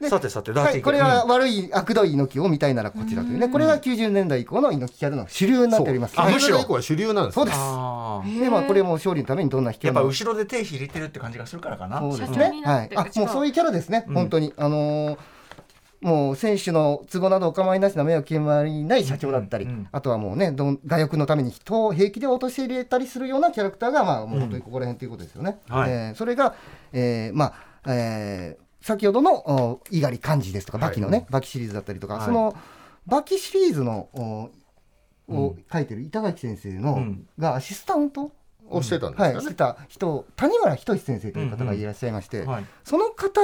Speaker 5: で
Speaker 2: さてさてダー
Speaker 5: は
Speaker 2: ティー
Speaker 5: い、これは悪い悪どい猪木を見たいならこちらというねこれが90年代以降の猪木キャラの主流になっております
Speaker 2: あむしろ
Speaker 4: 90以降は主流なんです
Speaker 5: そ
Speaker 4: よ
Speaker 5: うです
Speaker 2: ああ
Speaker 5: でまあこれも勝利のためにどんな引き
Speaker 2: やっぱ後ろで手引いてるって感じがするからかな
Speaker 5: そうです
Speaker 7: 社長に
Speaker 5: ね。
Speaker 7: な
Speaker 5: は
Speaker 7: っ
Speaker 5: い
Speaker 7: て。
Speaker 5: あ、
Speaker 7: 内
Speaker 5: もう
Speaker 7: 側
Speaker 5: そういうキャラですね。本当にあのーもう選手の都合などお構いなしな目を決まりない社長だったり、
Speaker 2: うんうん
Speaker 5: あとはもうね、どん外欲のために人を平気で陥れたりするようなキャラクターがまあもう本当にここら辺ということですよね。
Speaker 2: はい
Speaker 5: えーそれが、えーまあ、えー先ほどのお猪狩寛治ですとか
Speaker 4: はい
Speaker 5: バキのね、バキシリーズだったりとか、
Speaker 2: はい
Speaker 5: そのバキシリーズのおを書いてる板垣先生の、
Speaker 2: うん
Speaker 5: がアシスタント
Speaker 4: をしてたんです
Speaker 5: は
Speaker 4: よ
Speaker 5: い、
Speaker 4: ね、
Speaker 5: してた人谷村仁先生という方がいらっしゃいまして、
Speaker 2: はい
Speaker 5: その方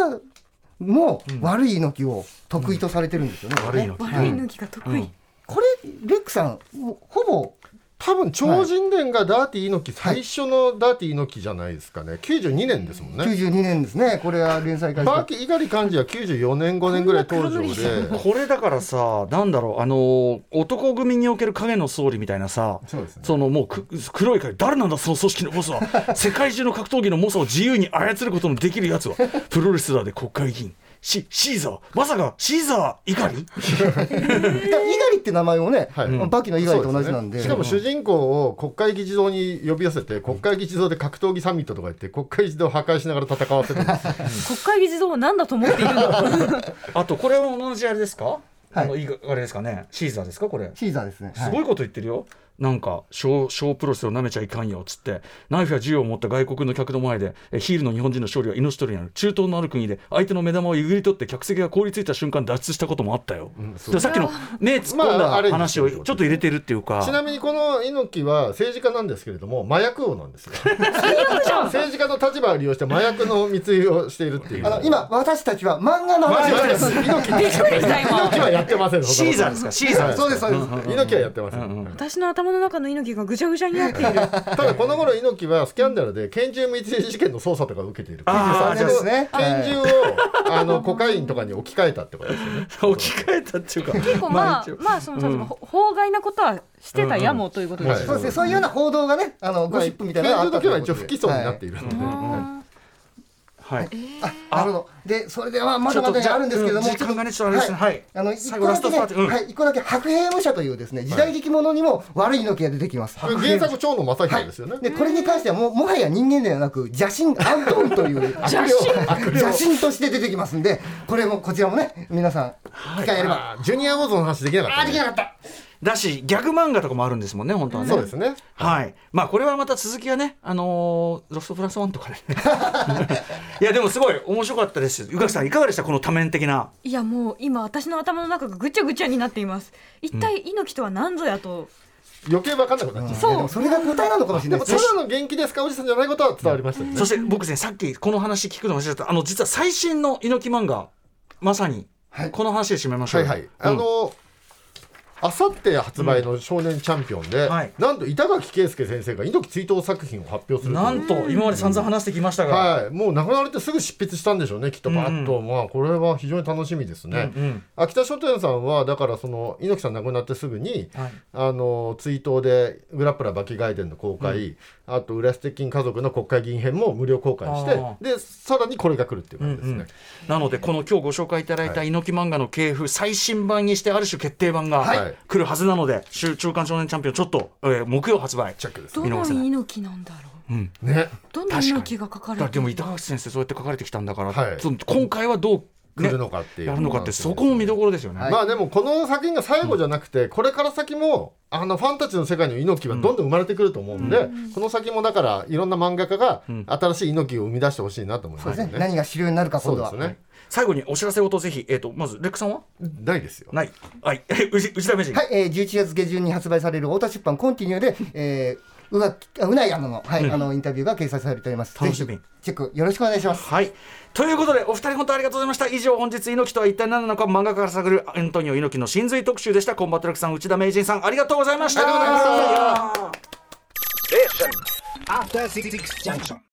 Speaker 5: も悪い猪木を得意とされてるんですよね。
Speaker 2: 悪いの
Speaker 7: 悪い抜きが得意、
Speaker 2: うん
Speaker 5: これレックさんもうほぼ
Speaker 4: 多分超人伝がダーティー猪木最初のダーティー猪木じゃないですかね92年ですもんね
Speaker 5: 92年ですね、これは連載開始
Speaker 4: バーキ猪狩幹事は94年5年ぐらい登場で
Speaker 2: これだからさなんだろうあのー男組における影の総理みたいなさ
Speaker 4: そうですね
Speaker 2: のもうく黒い影誰なんだその組織のボス は世界中の格闘技の猛者を自由に操ることのできるやつはプロレスラーで国会議員シシーザーまさかシーザー怒り
Speaker 5: だから猪狩って名前もね、
Speaker 4: はい
Speaker 5: バキの猪狩と同じなんで
Speaker 4: そうすねしかも主人公を国会議事堂に呼び寄せて国会議事堂で格闘技サミットとか言って国会議事堂を破壊しながら戦わせるんですよ
Speaker 7: 国会議事堂を何だと思っているんだ
Speaker 2: あとこれは同じあれですか、
Speaker 5: はい
Speaker 2: あのいいあれですかねシーザーですかこれ
Speaker 5: シーザーですね。
Speaker 2: すご
Speaker 5: はい
Speaker 2: こと言ってるよ、なんか小小プロレスを舐めちゃいかんよっつってナイフや銃を持った外国の客の前でえヒールの日本人の勝利は命取りになる中東のある国で相手の目玉をえぐり取って客席が凍りついた瞬間脱出したこともあったよ、
Speaker 4: そう
Speaker 2: でさっきのね突っ込ん
Speaker 4: まああれ
Speaker 2: だ話をちょっと入れてるっていうか、
Speaker 4: ちなみにこの猪木は政治家なんですけれども麻薬王なんですよ政治家の立場を利用して麻薬の密輸をしているっていう
Speaker 5: あの今私たちは漫画の話をしてます。
Speaker 4: 猪木猪木はやってません
Speaker 2: シーザーですかシーザーです
Speaker 5: そうですそうです。
Speaker 4: ー猪木はやってません、
Speaker 7: 私の頭の中の猪木がぐちゃぐちゃにな っている
Speaker 4: ただこの頃猪木はスキャンダルで拳銃密輸事件の捜査とかを受けている
Speaker 2: あーじゃあ
Speaker 5: そうですね。
Speaker 4: 拳銃
Speaker 5: はい
Speaker 4: をあのコカインとかに置き換えたってことですよね
Speaker 2: 置き換えたっていうか
Speaker 7: 結構まあ
Speaker 2: 一応
Speaker 7: まあその、例えばほ法外なことはしてたやもということですよね
Speaker 5: そうですね。そういうような報道がね、あのゴシップみたいなのが
Speaker 4: 拳
Speaker 5: あっ
Speaker 4: 銃
Speaker 5: た
Speaker 4: の時は
Speaker 5: という
Speaker 4: 一
Speaker 5: ことで
Speaker 4: 応不起訴になっているので、
Speaker 2: はい
Speaker 5: あ、なるほど。で、それではまだまだねあるんですけれども、
Speaker 2: ちょっとじゃあうん時間がねちょっとあれですねはい
Speaker 5: あの一
Speaker 2: 最後
Speaker 5: 個だ
Speaker 2: ラストスパー
Speaker 5: け
Speaker 2: トう
Speaker 5: ね、
Speaker 2: ん
Speaker 5: はい、一個だけ白兵武者というですね、時代劇ものにも悪い猪木が出てきます。
Speaker 4: これ原作長野正彦ですよね、
Speaker 5: でこれに関してはもうもはや人間ではなく邪神アントンという邪神邪神として出てきますんでこれもこちらもね皆さん機会あれば、
Speaker 4: あージュニア王像の話できなかった、ね、
Speaker 5: できなかった
Speaker 2: だしギャグ漫画とかもあるんですもんね本当はね
Speaker 4: そうですね
Speaker 2: はい、まあこれはまた続きはね、あのーロストプラスワンとかでね いやでもすごい面白かったです宇垣さんいかがでしたこの多面的ない
Speaker 7: やもう今私の頭の中がぐちゃぐちゃになっています一体猪木とは何ぞやと、
Speaker 4: 余計分かんなくなっちゃう
Speaker 5: そうそれが答えなのかもし
Speaker 4: で
Speaker 5: れない
Speaker 4: も
Speaker 5: です
Speaker 4: た
Speaker 5: ね
Speaker 4: だの元気ですかおじさんじゃないことは伝わりましたよね
Speaker 2: そして僕ねさっきこの話聞くの忘れちゃったあの実は最新の猪木漫画まさに
Speaker 5: はい
Speaker 2: この話で締めましょ
Speaker 4: は
Speaker 2: う
Speaker 4: い
Speaker 2: よ、
Speaker 4: はい、
Speaker 2: うん
Speaker 4: あのあさって発売の「少年チャンピオンで」
Speaker 2: はい
Speaker 4: なんと板垣圭介先生が猪木追悼作品を発表するという
Speaker 2: なんと今まで散々話してきましたが、
Speaker 4: はい、もう亡くなられてすぐ執筆したんでしょうねきっとバーッと、まあこれは非常に楽しみですね、
Speaker 2: うんうん
Speaker 4: 秋田書店さんはだからその猪木さん亡くなってすぐに、
Speaker 2: はい
Speaker 4: あの追悼で「グラップラーバキ外伝」の公開、あと「浦捨鉄筋家族」の国会議員編も無料公開して
Speaker 2: あ
Speaker 4: でさらにこれが来るっていう感じですね、
Speaker 2: なのでこの今日ご紹介いただいた猪木漫画の系譜最新版にしてある種決定版
Speaker 4: は
Speaker 2: が
Speaker 4: い
Speaker 2: 来るはずなので「週中間少年チャンピオン」ちょっと、えー木曜発売
Speaker 4: チェックです
Speaker 7: ど
Speaker 2: 見逃
Speaker 7: の
Speaker 2: せない
Speaker 7: 猪木なんだろう
Speaker 4: ね
Speaker 7: どの猪木が書か
Speaker 2: だ
Speaker 7: れ
Speaker 2: から
Speaker 7: て
Speaker 2: で
Speaker 7: る
Speaker 2: も板垣先生そうやって書かれてきたんだから、
Speaker 4: はい
Speaker 2: その今回はどう、ね、
Speaker 4: 来るのかっていう
Speaker 2: やるのかってそこも見どころですよね、
Speaker 5: はい
Speaker 4: まあでもこの作品が最後じゃなくて、これから先もあのファンたちの世界の猪木はどんどん生まれてくると思うんで、この先もだからいろんな漫画家が新しい猪木を生み出してほしいなと思い
Speaker 5: そう
Speaker 4: ま
Speaker 5: です
Speaker 4: よ
Speaker 5: すね
Speaker 4: ね。
Speaker 5: 何が主流になるか
Speaker 4: そ
Speaker 5: 今
Speaker 4: う
Speaker 5: 度
Speaker 4: で
Speaker 5: は
Speaker 4: すね。
Speaker 2: 最後にお知らせ事をぜひ、えー、とまずレックさんは
Speaker 4: ないですよ。
Speaker 2: ないはいえうち内田名人、
Speaker 5: はい、えー、11月下旬に発売される太田出版コンティニューで、えー、うがあうないあのの,、はいあのインタビューが掲載されております
Speaker 2: 楽しみ
Speaker 5: ぜひチェックよろしくお願いします
Speaker 2: はい、ということでお二人本当ありがとうございました以上本日猪木とは一体何なのか漫画家から探るアントニオ猪木の真髄特集でしたコンバットラックさん内田名人さんありがとうございました
Speaker 4: ありがとうございました
Speaker 6: Station. After Six Junction.